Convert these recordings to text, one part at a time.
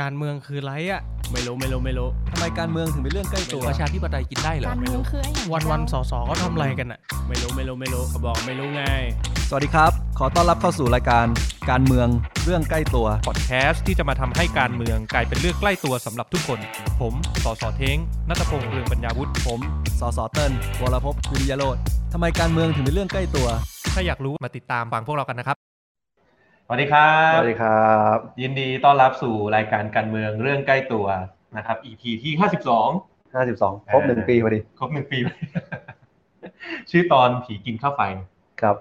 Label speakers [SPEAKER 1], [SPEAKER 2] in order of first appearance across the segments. [SPEAKER 1] การเมืองคือไรอะ
[SPEAKER 2] ไม่รู้ไม่รู้ไม่รู้
[SPEAKER 3] ทำไมการเมืองถึงเป็นเรื่องใกล้ตัว
[SPEAKER 2] ประชาธิปไตยกินได้เหรอ
[SPEAKER 4] การ
[SPEAKER 2] ไม่
[SPEAKER 4] เมือง
[SPEAKER 2] รู้
[SPEAKER 4] คือไอ้อย่าง
[SPEAKER 1] วันวันๆสอสอเขาทำอะไรกันอะ
[SPEAKER 2] ไม่รู้ไม่รู้ไม่รู้เขาบอกไม่รู้ไง
[SPEAKER 3] สวัสดีครับ ขอต้อนรับเข้าสู่รายการการเมืองเรื่องใกล้ตัว
[SPEAKER 5] พอดแคสต์ที่จะมาทำให้การเมืองกลายเป็นเรื่องใกล้ตัวสำหรับทุกคน ผมสอสอเท้งนัตพงษ์เรืองปัญญาวุฒิ
[SPEAKER 3] ผมสสเติ้ลวรภพคุริยโรธทำไมการเมืองถึงเป็นเรื่องใกล้ตัว
[SPEAKER 5] ถ้าอยากรู้มาติดตามฟังพวกเรากันนะครับ
[SPEAKER 6] สวัสดีครั
[SPEAKER 7] ส
[SPEAKER 6] บ
[SPEAKER 7] วัสดีครับ
[SPEAKER 6] ยินดีต้อนรับสู่รายการการเมืองเรื่องใกล้ตัวนะครับ EP ที่ 52
[SPEAKER 7] 52 ครบหนึ่งปีพอดี
[SPEAKER 6] ครบหนึ่งปี ชื่อตอนผีกินข้าวไฟ
[SPEAKER 7] ครับ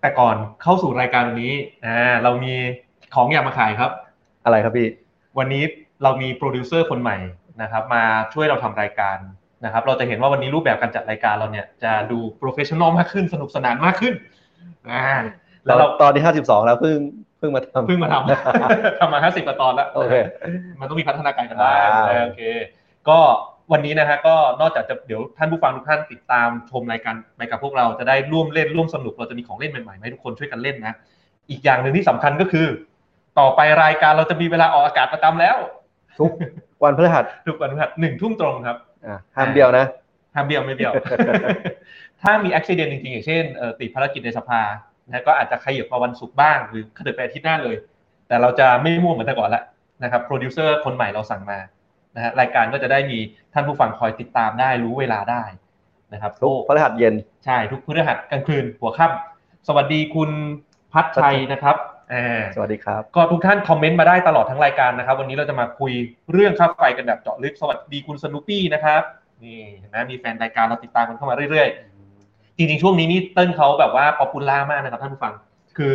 [SPEAKER 6] แต่ก่อนเข้าสู่รายการวันนี้อ่าเรามีของอยากมาขายครับ
[SPEAKER 7] อะไรครับพี่
[SPEAKER 6] วันนี้เรามีโปรดิวเซอร์คนใหม่นะครับ มาช่วยเราทำรายการนะครับ เราจะเห็นว่าวันนี้รูปแบบการจัดรายการเราเนี่ยจะดูโปรเฟชชั่นอลมากขึ้น สนุกสนานมากขึ้นอ่าแล้
[SPEAKER 7] แล้ว ว
[SPEAKER 6] เรา
[SPEAKER 7] ตอนที่ 52 แล้วเพิ่งเพิ่งมาทำ
[SPEAKER 6] เพิ่งมาทำ ทำมา 50กว่าตอนแล้ว
[SPEAKER 7] โอเค
[SPEAKER 6] มันต้องมีพัฒนาการกันบ้าง
[SPEAKER 7] อ่า
[SPEAKER 6] เออโอเค ก็วันนี้นะฮะก็นอกจากจะเดี๋ยวท่านผู้ฟังทุกท่านติดตามชมรายการไปกับพวกเราจะได้ร่วมเล่นร่วมสนุกเราจะมีของเล่นใหม่ๆให้ทุกคนช่วยกันเล่นนะ อีกอย่างหนึ่งที่สำคัญก็คือ ต่อไปรายการเราจะมีเวลาออกอากาศประจำแล้ว
[SPEAKER 7] ทุกวันพฤหัส
[SPEAKER 6] ทุกวันพฤหัสหนึ่งทุ่มตรงครับ
[SPEAKER 7] อ่ะห้ามเดียวนะ
[SPEAKER 6] ห้ามเบี้ยวไม่เบี้ยว ถ้ามีอุบิเหตุจริงๆอย่างเช่นเอ่อติดภารกิจในสภานะก็อาจจะขยับมาวันศุกร์บ้างหรือขยับไปอาทิตย์หน้าเลย แต่เราจะไม่ม่วงเหมือนแต่ก่อนละนะครับโปรดิวเซอร์คนใหม่เราสั่งมานะฮะรายการก็จะได้มีท่านผู้ฟังคอยติดตามได้รู้เวลาได้นะครับ
[SPEAKER 7] ทุกพฤหัสเย็น
[SPEAKER 6] ใช่ทุกพฤหัสกลางคืนหัวค่ำสวัสดีคุณพัชชัยนะครับอ่า
[SPEAKER 7] สวัสดีครับ
[SPEAKER 6] ก็ทุกท่านคอมเมนต์มาได้ตลอดทั้งรายการนะครับ วันนี้เราจะมาคุยเรื่องค่าไฟกันแบบเจาะลึกสวัสดีคุณสนุปี้นะครับนี่เห็นไหมมีแฟนรายการเราติดตามกันเข้ามาเรื่อยๆ จริงๆ ช่วงนี้นี่เติ้ลเขาแบบว่าป๊อปปูล่ามากนะครับท่านผู้ฟัง คือ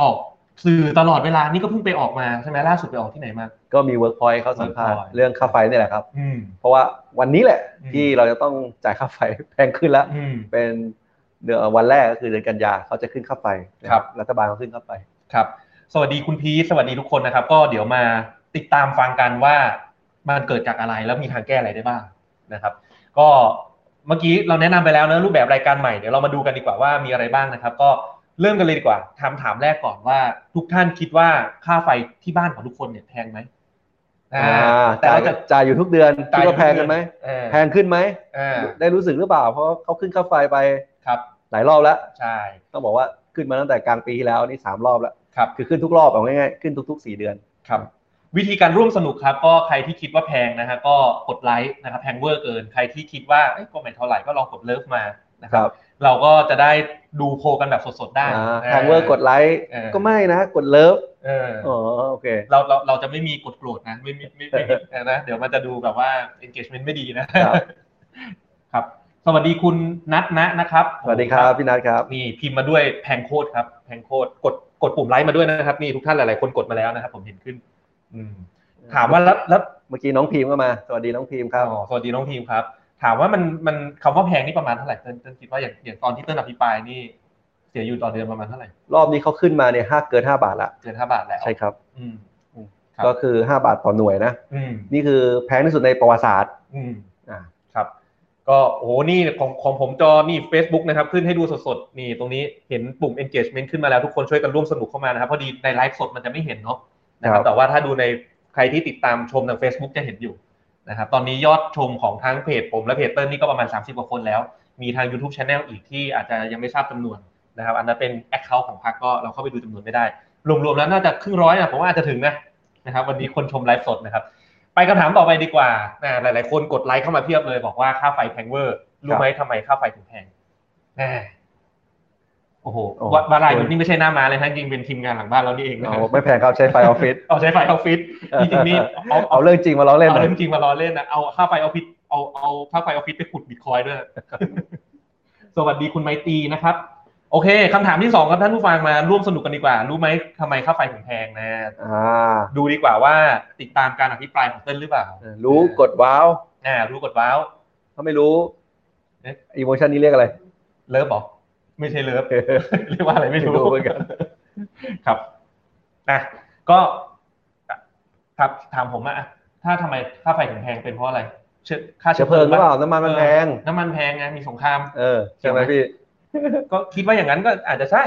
[SPEAKER 6] ออกสื่อตลอดเวลานี่ก็เพิ่งไปออกมาใช่ไหมล่าสุดไปออกที่ไหนมา
[SPEAKER 7] ก็มีเวิร์กพอยต์เขาสัมภาษณ์
[SPEAKER 6] Workpoint
[SPEAKER 7] เรื่องค่าไฟนี่แหละครับ
[SPEAKER 6] อืม
[SPEAKER 7] เพราะว่าวันนี้แหละ
[SPEAKER 6] อืม
[SPEAKER 7] ที่เราจะต้องจ่ายค่าไฟแพงขึ้นแล้ว
[SPEAKER 6] อืม
[SPEAKER 7] เป็นเดือนวันแรกก็คือเดือนกันยาเขาจะขึ้นค่าไฟนะครับ รัฐบาลเขาขึ้นค่าไฟ
[SPEAKER 6] ครับสวัสดีคุณพีชสวัสดีทุกคนนะครับ ก็เดี๋ยวมาติดตามฟังกันว่ามันเกิดจากอะไรแล้วมีทางแก้อะไรได้บ้างนะครับ ก็เมื่อกี้เราแนะนำไปแล้วนะรูปแบบรายการใหม่เดี๋ยวเรามาดูกันดีกว่าว่ามีอะไรบ้างนะครับ ก็เริ่มกันเลยดีกว่าถามถามแรกก่อนว่า ทุกท่านคิดว่าค่าไฟที่บ้านของทุกคนเนี่ยแพงไหมอ่า
[SPEAKER 7] อ่า
[SPEAKER 6] แต่
[SPEAKER 7] จ่าย
[SPEAKER 6] เราจะ
[SPEAKER 7] จ่ายอยู่ทุกเดือนคิดว่าแพงกันไหม
[SPEAKER 6] เออ
[SPEAKER 7] แพงขึ้นไหม
[SPEAKER 6] อ่า
[SPEAKER 7] ได้รู้สึกหรือเปล่า เพราะเขาขึ้นค่าไฟไป
[SPEAKER 6] ครับ
[SPEAKER 7] หลายรอบแล้ว
[SPEAKER 6] ใช่
[SPEAKER 7] ต้องบอกว่าขึ้นมาตั้งแต่กลางปีที่แล้วนี่สามรอบแล้ว
[SPEAKER 6] ครับ
[SPEAKER 7] คือขึ้นทุกรอบเอาง่ายๆ ขึ้นทุกๆ 4 เดือน
[SPEAKER 6] ครับวิธีการร่วมสนุกครับก็ใครที่คิดว่าแพงนะฮะก็กดไลค์นะครับแพงเวอร์เกิน ใครที่คิดว่าเอ้ยก็ไม่เท่าไหร่ก็ลองกดเลิฟมานะค
[SPEAKER 7] ค
[SPEAKER 6] รั
[SPEAKER 7] รั
[SPEAKER 6] บบ เราก็จะได้ดูโพลกันแบบสดๆได้
[SPEAKER 7] อ่า
[SPEAKER 6] นะ
[SPEAKER 7] แพงเวอร์กดไลค์
[SPEAKER 6] เออ
[SPEAKER 7] ก็ไม่นะ กดเลิฟ
[SPEAKER 6] เออ
[SPEAKER 7] อ๋อโอเค
[SPEAKER 6] เราเราเราจะไม่มีกดโกรธนะไม่มีไม่ไม่ไม่ไม่นะเดี๋ยวมันจะดูแบบว่า engagement ไม่ดีนะครับ ครับสวัสดีคุณนัทนะนะครับ
[SPEAKER 7] สวัสดีครับพี่นัทครับ
[SPEAKER 6] นี่พิมพ์มาด้วยแพงโคตรครับแพงโคตรกดกดปุ่มไลค์มาด้วยนะครับนี่ทุกท่านหลายๆคนกดมาแล้วนะครับ ผมเห็นขึ้น อืมถามว่าแล้วแล้ว
[SPEAKER 7] เมื่อกี้น้องพีมก็มา สวัสดีน้องพีมครับ
[SPEAKER 6] อ๋อสวัสดีน้องทีมครับ ถามว่ามันมันคำว่าแพงนี่ประมาณเท่าไหร่เติ้ลเติ้ลคิดว่าอย่างอย่างตอนที่เติ้ลอภิปรายนี่ เสียอยู่ต่อเดือนประมาณเท่าไหร่
[SPEAKER 7] รอบนี้เขาขึ้นมาเนี่ยห้าเกิน 5 บาทละ
[SPEAKER 6] เกินห้าบาทแล้ว
[SPEAKER 7] ใช่ครับ
[SPEAKER 6] อืม ครับ
[SPEAKER 7] ก็คือ 5 บาทต่อหน่วยนะ
[SPEAKER 6] อืม
[SPEAKER 7] นี่คือแพงที่สุดในประวัติศาสตร์
[SPEAKER 6] อืม
[SPEAKER 7] อ่า
[SPEAKER 6] ครับ ก็โอ้โหนี่ของของผมจอนี่ Facebook นะครับ ขึ้นให้ดูสดๆ นี่ตรงนี้เห็นปุ่ม engagement ขึ้นมาแล้วทุกคนช่วยกันร่วมสนุกเข้ามานะครับ พอดีในไลฟ์สดมันจะไม่เห็นเนาะนะครับ แต่ว่าถ้าดูในใครที่ติดตามชมทาง Facebook จะเห็นอยู่นะครับ ตอนนี้ยอดชมของทั้งเพจผมและเพจเติ้ลนี่ก็ประมาณ 30กว่าคนแล้ว มีทาง YouTube Channel อีกที่อาจจะยังไม่ทราบจำนวนนะครับ อันนั้นเป็น Account ของพรรคก็เราเข้าไปดูจำนวนไม่ได้ รวมๆแล้วน่าจะครึ่งร้อยนะผมว่าอาจจะถึงนะนะครับ วันนี้คนชมไลฟ์สดนะครับ ไปคำถามต่อไปดีกว่านะหลาย ๆ คนกดไลค์เข้ามาเพียบเลยบอกว่าค่าไฟแพงเวอร์รู้ไหมทำไมค่าไฟถึงแพงแหม่โอ้โหวะวารายนี่ไม่ใช่หน้ามาเลยฮะจริงๆเป็นทีมงานหลังบ้านเรานี่เองนะ
[SPEAKER 7] เอาไม่แพงครับใช้ไฟออฟฟิศ
[SPEAKER 6] เอาใช้ไฟออฟฟิศ จริงๆนี่เอา
[SPEAKER 7] เอาเรื่องจริงมาล้อเล่น
[SPEAKER 6] เอา
[SPEAKER 7] นะ
[SPEAKER 6] เรื่องจริงมาล้อเล่นนะเอาค่าไฟออฟฟิศเอาเอาค่าไฟออฟฟิศไปขุดบิตคอยน์ด้วย สวัสดีคุณไมตรีนะครับ โอเคคำถามที่สองครับท่านผู้ฟังมาร่วมสนุกกันดีกว่า รู้ไหมทำไมค่าไฟถึงแพงนะ
[SPEAKER 7] อ่า
[SPEAKER 6] ดูดีกว่าว่าติดตามการอภิปรายของเต้นหรือเปล่า
[SPEAKER 7] รู้กดว้าว
[SPEAKER 6] อ่ารู้กดว้าว
[SPEAKER 7] ถ้าไม่รู้
[SPEAKER 6] เอ๊ะ
[SPEAKER 7] อีโมชันนี้เรียกอะไร
[SPEAKER 6] เลิฟบอกไม่ใช่เลิฟ เรียกว่าอะไรไม่รู้
[SPEAKER 7] ไม่รู้เหมือนกัน
[SPEAKER 6] ครับนะก็ครับถามผมว่าอะถ้าทำไมค่าไฟถึงแพงเป็นเพราะอะไรเชื้อค่า
[SPEAKER 7] เชื้อเพลิงหรือเปล่าน้ำมัน
[SPEAKER 6] เอ
[SPEAKER 7] มัน
[SPEAKER 6] อ
[SPEAKER 7] แพง
[SPEAKER 6] น้ำมันแพงไงมีสงค ราม
[SPEAKER 7] เออใช่ไหมพี่
[SPEAKER 6] ก็คิดว่าอย่างนั้นก็อาจจะใช่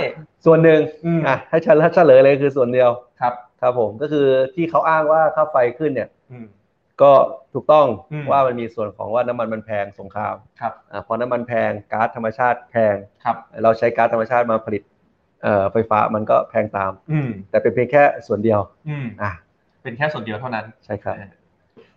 [SPEAKER 7] ส่วนหนึ่ง
[SPEAKER 6] อืม
[SPEAKER 7] อ่ะให้เฉลยเฉลยเลยคือส่วนเดียว
[SPEAKER 6] ครับ
[SPEAKER 7] ครับผมก็คือที่เขาอ้างว่าค่าไฟขึ้นเนี่ย
[SPEAKER 6] อืม
[SPEAKER 7] ก็ถูกต้อง
[SPEAKER 6] อืม
[SPEAKER 7] ว่ามันมีส่วนของว่าน้ำมันมันแพงสงคราม
[SPEAKER 6] ครับ
[SPEAKER 7] อ่าพอน้ำมันแพงก๊าซธรรมชาติแพง
[SPEAKER 6] ครับ
[SPEAKER 7] เราใช้ก๊าซธรรมชาติมาผลิตเอ่อไฟฟ้ามันก็แพงตาม
[SPEAKER 6] อืม
[SPEAKER 7] แต่เป็นเพียงแค่ส่วนเดียว
[SPEAKER 6] อืม
[SPEAKER 7] อ่ะ
[SPEAKER 6] เป็นแค่ส่วนเดียวเท่านั้น
[SPEAKER 7] ใช่ครับ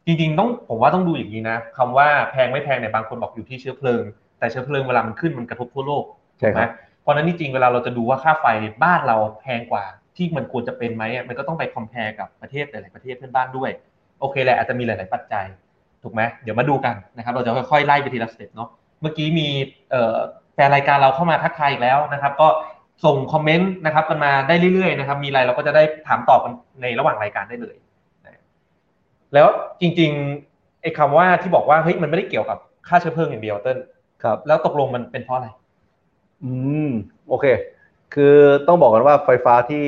[SPEAKER 6] จริงๆต้องผมว่าต้องดูอย่างนี้นะคำว่าแพงไม่แพงเนี่ยบางคนบอกอยู่ที่เชื้อเพลิง แต่เชื้อเพลิงเวลามันขึ้นมันกระทบทั่วโลก
[SPEAKER 7] ใช่
[SPEAKER 6] ถูก
[SPEAKER 7] ค
[SPEAKER 6] ไหม
[SPEAKER 7] รับ
[SPEAKER 6] เพราะฉะนั้นที่จริงเวลาเราจะดูว่าค่าไฟบ้านเราแพงกว่า ที่มันควรจะเป็นไหมอะมันก็ต้องไปคอมเพลกับประเทศหลายๆประเทศเพื่อนบ้านด้วยโอเคแหละอาจจะมีหลาย ๆ ปัจจัยถูกไหมเดี๋ยวมาดูกันนะครับเราจะค่อยๆไล่ไปทีละสเต็ปเนาะเมื่อกี้มีเอ่อแฟนรายการเราเข้ามาทักทายอีกแล้วนะครับ ก็ส่งคอมเมนต์นะครับกันมาได้เรื่อยๆนะครับมีอะไรเราก็จะได้ถามตอบกันในระหว่างรายการได้เลย แล้วจริงๆไอ้คำว่าที่บอกว่าเฮ้ยมันไม่ได้เกี่ยวกับค่าเชื้อเพลิงอย่างเดียวเต้น
[SPEAKER 7] ครับ
[SPEAKER 6] แล้วตกลงมันเป็นเพราะอะไร
[SPEAKER 7] อืมโอเค คือต้องบอกกันว่าไฟฟ้าที่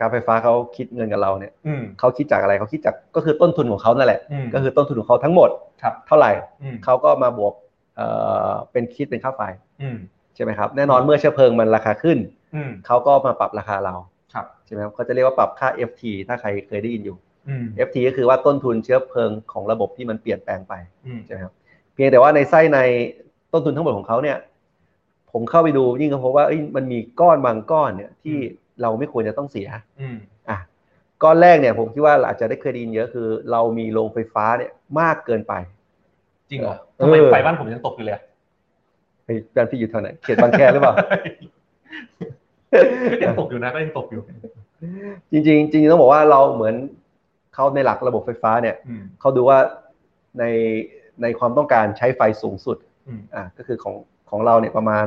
[SPEAKER 7] การไฟฟ้าเขาคิดเงินกับเราเนี่ย
[SPEAKER 6] อืม
[SPEAKER 7] เขาคิดจากอะไรเขาคิดจากก็คือต้นทุนของเขานั่นแหละ
[SPEAKER 6] อืม
[SPEAKER 7] ก็คือต้นทุนของเขาทั้งหมด
[SPEAKER 6] ครับ
[SPEAKER 7] เท่าไหร่
[SPEAKER 6] อืม
[SPEAKER 7] เขาก็มาบวกเอ่อเป็นคิดเป็นค่าไฟ
[SPEAKER 6] อืม
[SPEAKER 7] ใช่ไหมครับแน่นอนเมื่อเชื้อเพลิงมันราคาขึ้น
[SPEAKER 6] อืม
[SPEAKER 7] เขาก็มาปรับราคาเรา
[SPEAKER 6] ครับ
[SPEAKER 7] ใช่ไหมครับเขาจะเรียกว่าปรับค่า FT ถ้าใครเคยได้ยินอยู่
[SPEAKER 6] อืม
[SPEAKER 7] FT ก็คือว่าต้นทุนเชื้อเพลิงของระบบที่มันเปลี่ยนแปลงไป
[SPEAKER 6] อืม
[SPEAKER 7] ใช่ไหมครับเพียงแต่ว่าในไส้ในต้นทุนทั้งหมดของเขาเนี่ย ผมเข้าไปดูยิ่งก็พบว่าเอ้ยมันมีก้อนบางก้อนเนี่ยที่เราไม่ควรจะต้องเสีย
[SPEAKER 6] อืม
[SPEAKER 7] อ่ะก้อนแรกเนี่ยผมคิดว่าอาจจะได้เคยได้ยินเยอะคือ เรามีโรงไฟฟ้าเนี่ยมากเกินไป
[SPEAKER 6] จริงเหรอ
[SPEAKER 7] เออ
[SPEAKER 6] ทำไมไฟบ้านผมยังตกอยู่เลยอะ
[SPEAKER 7] เฮ้ยแฟนพี่อยู่แถวไหนเขตบางแคหรือเปล่า
[SPEAKER 6] ก็ยังตกอยู่นะก็ยังตกอยู่
[SPEAKER 7] จริงๆจริงๆต้องบอกว่าเราเหมือนเขาในหลักระบบไฟฟ้าเนี่ย
[SPEAKER 6] อืม
[SPEAKER 7] เขาดูว่าในในความต้องการใช้ไฟสูงสุด
[SPEAKER 6] อืม
[SPEAKER 7] อ่ะก็คือของของเราเนี่ยประมาณ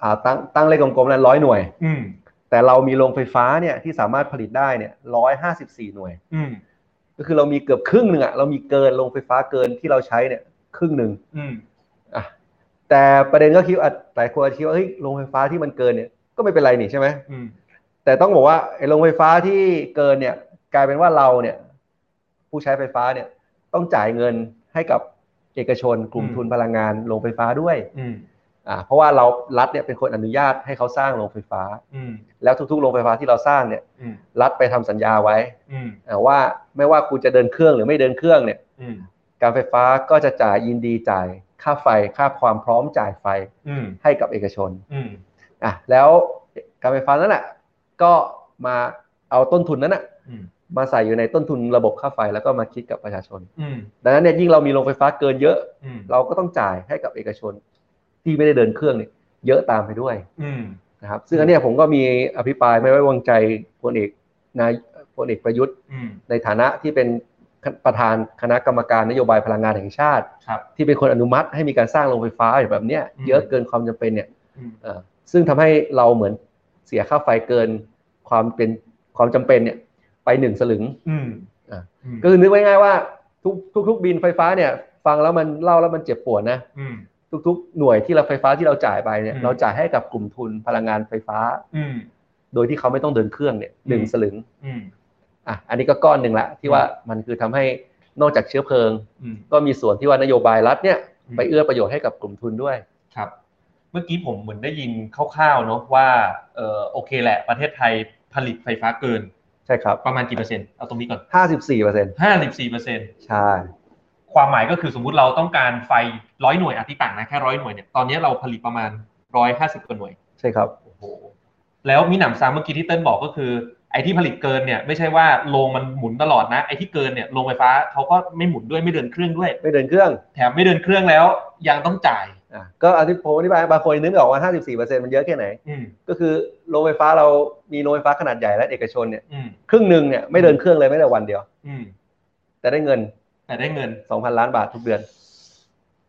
[SPEAKER 7] อ่าตั้งตั้งเลขกลมๆแล้วร้อยหน่วย
[SPEAKER 6] อืม
[SPEAKER 7] แต่เรามีโรงไฟฟ้าเนี่ยที่สามารถผลิตได้เนี่ยร้อยห้าสิบสี่หน่วย
[SPEAKER 6] อืม
[SPEAKER 7] ก็คือเรามีเกือบครึ่งหนึ่งอะเรามีเกินโรงไฟฟ้าเกินที่เราใช้เนี่ยครึ่งหนึ่ง
[SPEAKER 6] อืม
[SPEAKER 7] อ่ะแต่ประเด็นก็คิดว่าหลายคนอาจจะคิดว่าเฮ้ยโรงไฟฟ้าที่มันเกินเนี่ยก็ไม่เป็นไรนี่ใช่ไหม
[SPEAKER 6] อืม
[SPEAKER 7] แต่ต้องบอกว่าไอ้โรงไฟฟ้าที่เกินเนี่ยกลายเป็นว่าเราเนี่ยผู้ใช้ไฟฟ้าเนี่ยต้องจ่ายเงินให้กับเอกชนกลุ่มทุนพลังงานโรงไฟฟ้าด้วย
[SPEAKER 6] อืม
[SPEAKER 7] อ่ะเพราะว่าเรารัฐเนี่ยเป็นคนอนุญาตให้เขาสร้างโรงไฟฟ้า
[SPEAKER 6] อืม
[SPEAKER 7] แล้วทุกๆโรงไฟฟ้าที่เราสร้างเนี่ย
[SPEAKER 6] อืม
[SPEAKER 7] รัฐไปทำสัญญาไว้
[SPEAKER 6] อืม
[SPEAKER 7] อ่าว่าไม่ว่าคุณจะเดินเครื่องหรือไม่เดินเครื่องเนี่ย
[SPEAKER 6] อืม
[SPEAKER 7] การไฟฟ้าก็จะจ่ายยินดีจ่ายค่าไฟค่าความพร้อมจ่ายไฟ
[SPEAKER 6] อืม
[SPEAKER 7] ให้กับเอกชน
[SPEAKER 6] อืม
[SPEAKER 7] อ่ะแล้วการไฟฟ้านั้นอ่ะก็มาเอาต้นทุนนั้นอ่ะ
[SPEAKER 6] อืม
[SPEAKER 7] มาใส่อยู่ในต้นทุนระบบค่าไฟแล้วก็มาคิดกับประชาชน
[SPEAKER 6] อืม
[SPEAKER 7] ดังนั้นเนี่ยยิ่งเรามีโรงไฟฟ้าเกินเยอะ
[SPEAKER 6] อืม
[SPEAKER 7] เราก็ต้องจ่ายให้กับเอกชน ที่ไม่ได้เดินเครื่องเนี่ยเยอะตามไปด้วย
[SPEAKER 6] อืม
[SPEAKER 7] นะครับซึ่งอันเนี้ยผมก็มีอภิปรายไม่ไว้วางใจพลเอกนายพลเอกประยุทธ์
[SPEAKER 6] อืม
[SPEAKER 7] ในฐานะที่เป็นประธานคณะกรรมการนโยบายพลังงานแห่งชาติ
[SPEAKER 6] ครับ
[SPEAKER 7] ที่เป็นคนอนุมัติให้มีการสร้างโรงไฟฟ้าอย่างแบบเนี้ย
[SPEAKER 6] อืม
[SPEAKER 7] เยอะเกินความจำเป็นเนี่ย
[SPEAKER 6] อืม
[SPEAKER 7] เอ่อซึ่งทำให้เราเหมือนเสียค่าไฟเกินความเป็นความจำเป็นเนี่ยไปหนึ่งสลึง
[SPEAKER 6] อืม
[SPEAKER 7] อ่ะ
[SPEAKER 6] ม
[SPEAKER 7] ก็คือนึกไว้ง่ายว่าทุกทุกทุกบินไฟฟ้าเนี่ยฟังแล้วมันเล่าแล้วมันเจ็บปวดนะ
[SPEAKER 6] อืม
[SPEAKER 7] ทุก ๆ หน่วยที่เราไฟฟ้าที่เราจ่ายไปเนี่ย
[SPEAKER 6] อืม
[SPEAKER 7] เราจ่ายให้กับกลุ่มทุนพลังงานไฟฟ้า
[SPEAKER 6] อืม
[SPEAKER 7] โดยที่เขาไม่ต้องเดินเครื่องเนี่ยหนึ่ง
[SPEAKER 6] อืม
[SPEAKER 7] สลึง
[SPEAKER 6] อืม
[SPEAKER 7] อ่ะอันนี้ก็ก้อนหนึ่งละที่ว่ามันคือทำให้นอกจากเชื้อเพลิง
[SPEAKER 6] อืม
[SPEAKER 7] ก็มีส่วนที่ว่านโยบายรัฐเนี่ย
[SPEAKER 6] อืม
[SPEAKER 7] ไปเอื้อประโยชน์ให้กับกลุ่มทุนด้วย
[SPEAKER 6] ครับ เมื่อกี้ผมเหมือนได้ยินคร่าวๆเนาะว่าเออโอเคแหละ ประเทศไทยผลิตไฟฟ้าเกิน
[SPEAKER 7] ใช่ครับ
[SPEAKER 6] ประมาณกี่เปอร์เซ็นต์เอาตรงนี้ก่อน
[SPEAKER 7] 54เปอร์เซ็นต์
[SPEAKER 6] 54เปอร์เซ็นต์
[SPEAKER 7] ใช่
[SPEAKER 6] ความหมายก็คือสมมุติเราต้องการไฟร้อยหน่วยอาทิตย์ต่างนะแค่ร้อยหน่วยเนี่ยตอนนี้เราผลิตประมาณ 150กว่าหน่วย
[SPEAKER 7] ใช่ครับ
[SPEAKER 6] โอ้โหแล้วมีหนำซ้ำเมื่อกี้ที่เติ้ลบอกก็คือ ไอ้ที่ผลิตเกินเนี่ยไม่ใช่ว่าโรงมันหมุนตลอดนะไอ้ที่เกินเนี่ยโรงไฟฟ้าเขาก็ไม่หมุนด้วยไม่เดินเครื่องด้วย
[SPEAKER 7] ไม่เดินเครื่อง
[SPEAKER 6] แถมไม่เดินเครื่องแล้วยังต้องจ่าย
[SPEAKER 7] อ่ะก็อธิผมอธิบายบางคนนึกไม่ออกว่า 54เปอร์เซ็นต์มันเยอะแค่ไหน
[SPEAKER 6] อืม
[SPEAKER 7] ก็คือโรงไฟฟ้าเรามีโรงไฟฟ้าขนาดใหญ่และเอกชนเนี่ย
[SPEAKER 6] อืม
[SPEAKER 7] ครึ่งหนึ่งเนี่ยไม่เดินเครื่องเลยไม่ได้วันเดียว
[SPEAKER 6] อืม
[SPEAKER 7] แต่ได้เงิน
[SPEAKER 6] แต่ได้เงิน
[SPEAKER 7] 2,000 ล้านบาททุกเดือน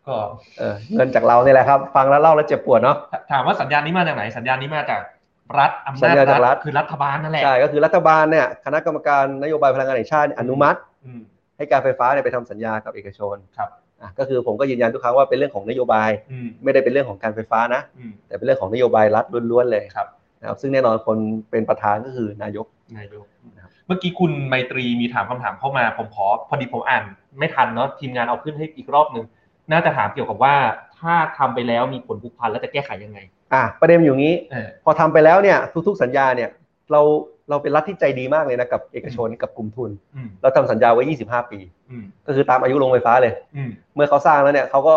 [SPEAKER 6] ก็
[SPEAKER 7] เออเงินจากเราเนี่ยแหละครับ ฟังแล้วเล่าแล้วเจ็บปวดเนาะ
[SPEAKER 6] ถามว่าสัญญาณนี้มาจากไหน สัญญาณนี้มาจากรัฐอำ
[SPEAKER 7] สัญ
[SPEAKER 6] นาจ
[SPEAKER 7] ญาณจากรัฐ
[SPEAKER 6] คือรัฐบาลนั่นแหละ
[SPEAKER 7] ใช่ก็คือรัฐบาลเนี่ยคณะกรรมการนโยบายพลังงานแห่งชาติเนี่ยอนุมัติ
[SPEAKER 6] อืม
[SPEAKER 7] ให้การไฟฟ้าเนี่ยไปทำสัญญากับเอกชน
[SPEAKER 6] ครับ
[SPEAKER 7] อ่ะก็คือผมก็ยืนยันทุกครั้งว่าเป็นเรื่องของนโยบาย
[SPEAKER 6] อืม
[SPEAKER 7] ไม่ได้เป็นเรื่องของการไฟฟ้านะ
[SPEAKER 6] อืม
[SPEAKER 7] แต่เป็นเรื่องของนโยบายรัฐล้วนๆเลย
[SPEAKER 6] ครับ
[SPEAKER 7] นะครับ ซึ่งแน่นอนคนเป็นประธานก็คือนายก
[SPEAKER 6] นายก
[SPEAKER 7] นะครับ
[SPEAKER 6] เมื่อกี้คุณไมตรีมีถามคำถามเข้ามา ผมขอพอดีผมอ่าน ไม่ทันเนาะทีมงานเอาขึ้นให้อีกรอบหนึ่งน่าจะถามเกี่ยวกับว่าถ้าทำไปแล้วมีผลผูกพันแล้วจะแก้ไขยังไง
[SPEAKER 7] อ่ะประเด็นอยู่งี้
[SPEAKER 6] เออ
[SPEAKER 7] พอทำไปแล้วเนี่ยทุก ๆ สัญญาเนี่ยเรา เราเป็นรัฐที่ใจดีมากเลยนะกับเอกชนกับกลุ่มทุน
[SPEAKER 6] อืม
[SPEAKER 7] เราทำสัญญาไว้ 25 ปี
[SPEAKER 6] อืม
[SPEAKER 7] ก็คือตามอายุโรงไฟฟ้าเลย
[SPEAKER 6] อืม
[SPEAKER 7] เมื่อเขาสร้างแล้วเนี่ยเขาก็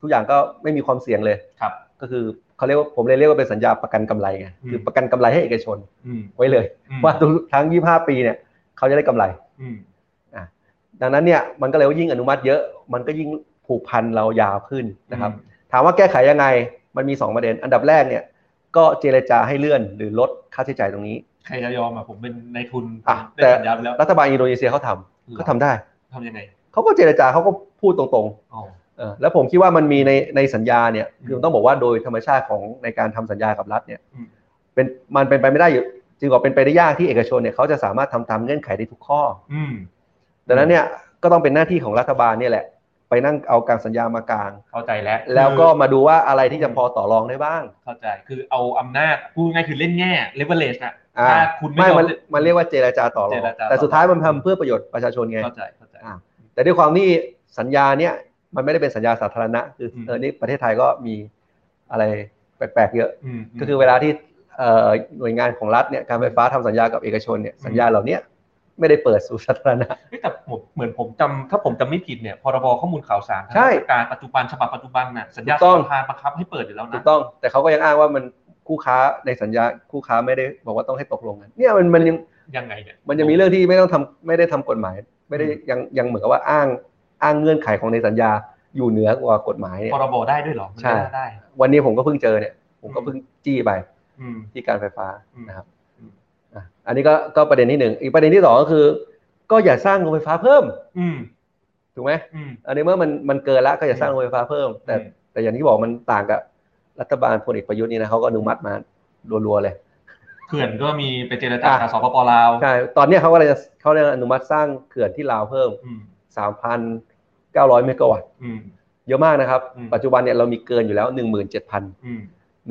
[SPEAKER 7] ทุกอย่างก็ไม่มีความเสี่ยงเลย
[SPEAKER 6] ครับ
[SPEAKER 7] ก็คือเขาเรียกว่าผมเลยเรียกว่าเป็นสัญญาประกันกำไรไงคือประกันกำไรให้เอกชน
[SPEAKER 6] อืม
[SPEAKER 7] ไว้เลย
[SPEAKER 6] อืม
[SPEAKER 7] ว่าทุกทั้ง 25 ปีเนี่ยเขาจะได้กำไร
[SPEAKER 6] อืม
[SPEAKER 7] ดังนั้นเนี่ยมันก็เลยว่ายิ่งอนุมัติเยอะมันก็ยิ่งผูกพันเรายาวขึ้นนะครับ
[SPEAKER 6] อืม
[SPEAKER 7] ถามว่าแก้ไขยังไงมันมี 2 ประเด็น อันดับแรกเนี่ยก็เจรจาให้เลื่อนหรือลดค่าใช้จ่ายตรงนี้
[SPEAKER 6] ใครจะยอมอ่ะผมเป็นนายทุน
[SPEAKER 7] อ่ะ
[SPEAKER 6] ได้
[SPEAKER 7] แต่
[SPEAKER 6] สัญญาไปแล้ว
[SPEAKER 7] รัฐบาลอินโดนีเซียเขาทำเขาทำได้
[SPEAKER 6] ทำยังไง
[SPEAKER 7] เขาก็เจรจาเขาก็พูดตรงๆ
[SPEAKER 6] อ๋อ
[SPEAKER 7] เออแล้วผมคิดว่ามันมีในในสัญญาเนี่ย
[SPEAKER 6] อืม
[SPEAKER 7] คือต้องบอกว่าโดยธรรมชาติของในการทำสัญญากับรัฐเนี่ย
[SPEAKER 6] อืม
[SPEAKER 7] เป็นมันเป็นไปไม่ได้อยู่จริงกว่าเป็นไปได้ยากที่เอกชนเนี่ยเขาจะสามารถทำตามเงื่อนไขได้ทุกข้อ
[SPEAKER 6] อืม
[SPEAKER 7] ดังนั้นเนี่ยก็ต้องเป็นหน้าที่ของรัฐบาลเนี่ยแหละ ไปนั่งเอาการสัญญามากลาง
[SPEAKER 6] เข้าใจแล้ว
[SPEAKER 7] แล้วก็
[SPEAKER 6] คือ
[SPEAKER 7] มาดูว่าอะไรที่จะพอต่อรองได้บ้าง
[SPEAKER 6] เข้าใจคือเอาอำนาจพูดง่ายๆคือเล่นแง่ leverage นะ
[SPEAKER 7] อ่า
[SPEAKER 6] ถ้าคุณไม่
[SPEAKER 7] ไม่
[SPEAKER 6] ยอม
[SPEAKER 7] มันมันเรียกว่าเจรจาต่อรอง
[SPEAKER 6] เจรจาต่อรอง
[SPEAKER 7] แต่สุดท้ายมันทำเพื่อประโยชน์ประชาชนไง
[SPEAKER 6] เข้าใจเข้าใจ
[SPEAKER 7] อ่ะ แต่ด้วยความที่สัญญาเนี่ยมันไม่ได้เป็นสัญญาสาธารณะคืออ
[SPEAKER 6] ม
[SPEAKER 7] เออนี่ประเทศไทยก็มีอะไรแปลกๆเยอะ
[SPEAKER 6] อืมม
[SPEAKER 7] ก็คือเวลาที่เอ่อหน่วยงานของรัฐเนี่ยการไฟฟ้าทำสัญญากับเอกชนเนี่ย
[SPEAKER 6] อืม
[SPEAKER 7] สัญญาเหล่าเนี้ยไม่ได้เปิดสู่สาธารณะ
[SPEAKER 6] เอ้ยแต่ผมเหมือนผมจำถ้าผมจำไม่ผิดเนี่ยพรบข้อมูลข่าวสารทาง
[SPEAKER 7] ใช่
[SPEAKER 6] ราชการปัจจุบันฉบับปัจจุบันน่ะสัญญา
[SPEAKER 7] ถูกต้อง
[SPEAKER 6] สัมปทานบังคับให้เปิดอยู่แล้ว
[SPEAKER 7] ถู
[SPEAKER 6] นะ
[SPEAKER 7] กต้อง แต่เขาก็ยังอ้างว่ามันคู่ค้าในสัญญาคู่ค้าไม่ได้บอกว่าต้องให้ตกลงกันเนี่ยมันมันยัง
[SPEAKER 6] ยังไงเนี่ย
[SPEAKER 7] มันยังมีเรื่องที่ไม่ต้องทำไม่ได้ทำกฎหมาย ไม่ได้ยังยังเหมือนกับว่าอ้างอ้างเงื่อนไขของในสัญญาอยู่เหนือกว่ากฎหมายเนี่ย
[SPEAKER 6] พรบได้ด้วยเหรอมัน
[SPEAKER 7] ใช่
[SPEAKER 6] ไม่น่าได้
[SPEAKER 7] วันนี้ผมก็เพิ่งเจอเนี่ยผมก็เพิ่งจี้ไป
[SPEAKER 6] อืม
[SPEAKER 7] ที่การไฟฟ้านะครับ
[SPEAKER 6] อืม
[SPEAKER 7] อ่ะอันนี้ก็ก็ประเด็นที่หนึ่งอีกประเด็นที่สองก็คือ ก็อย่าสร้างโรงไฟฟ้าเพิ่ม
[SPEAKER 6] อืม
[SPEAKER 7] ถูกไหม
[SPEAKER 6] อืม
[SPEAKER 7] อันนี้เมื่อมันมันเกินละก็อย่าสร้างโรงไฟฟ้าเพิ่ม แต่
[SPEAKER 6] อืม
[SPEAKER 7] แต่อย่างที่บอกมันต่างกับรัฐบาลพลเอกประยุทธ์นี่นะเขาก็อนุมัติมารัวๆเลย
[SPEAKER 6] เขื่อนก็มีไปเจรจากับ
[SPEAKER 7] อ่ะ
[SPEAKER 6] สปปลาว
[SPEAKER 7] ใช่ตอนเนี้ยเขาก็เลยจะเขาเลยอนุมัติสร้างเขื่อนที่ลาวเพิ่ม
[SPEAKER 6] อืม
[SPEAKER 7] 3,900 เมกะวัตต์
[SPEAKER 6] อืม
[SPEAKER 7] เยอะมากนะครับ
[SPEAKER 6] อืม
[SPEAKER 7] ปัจจุบันเนี่ยเรามีเกินอยู่แล้ว 17,000
[SPEAKER 6] อื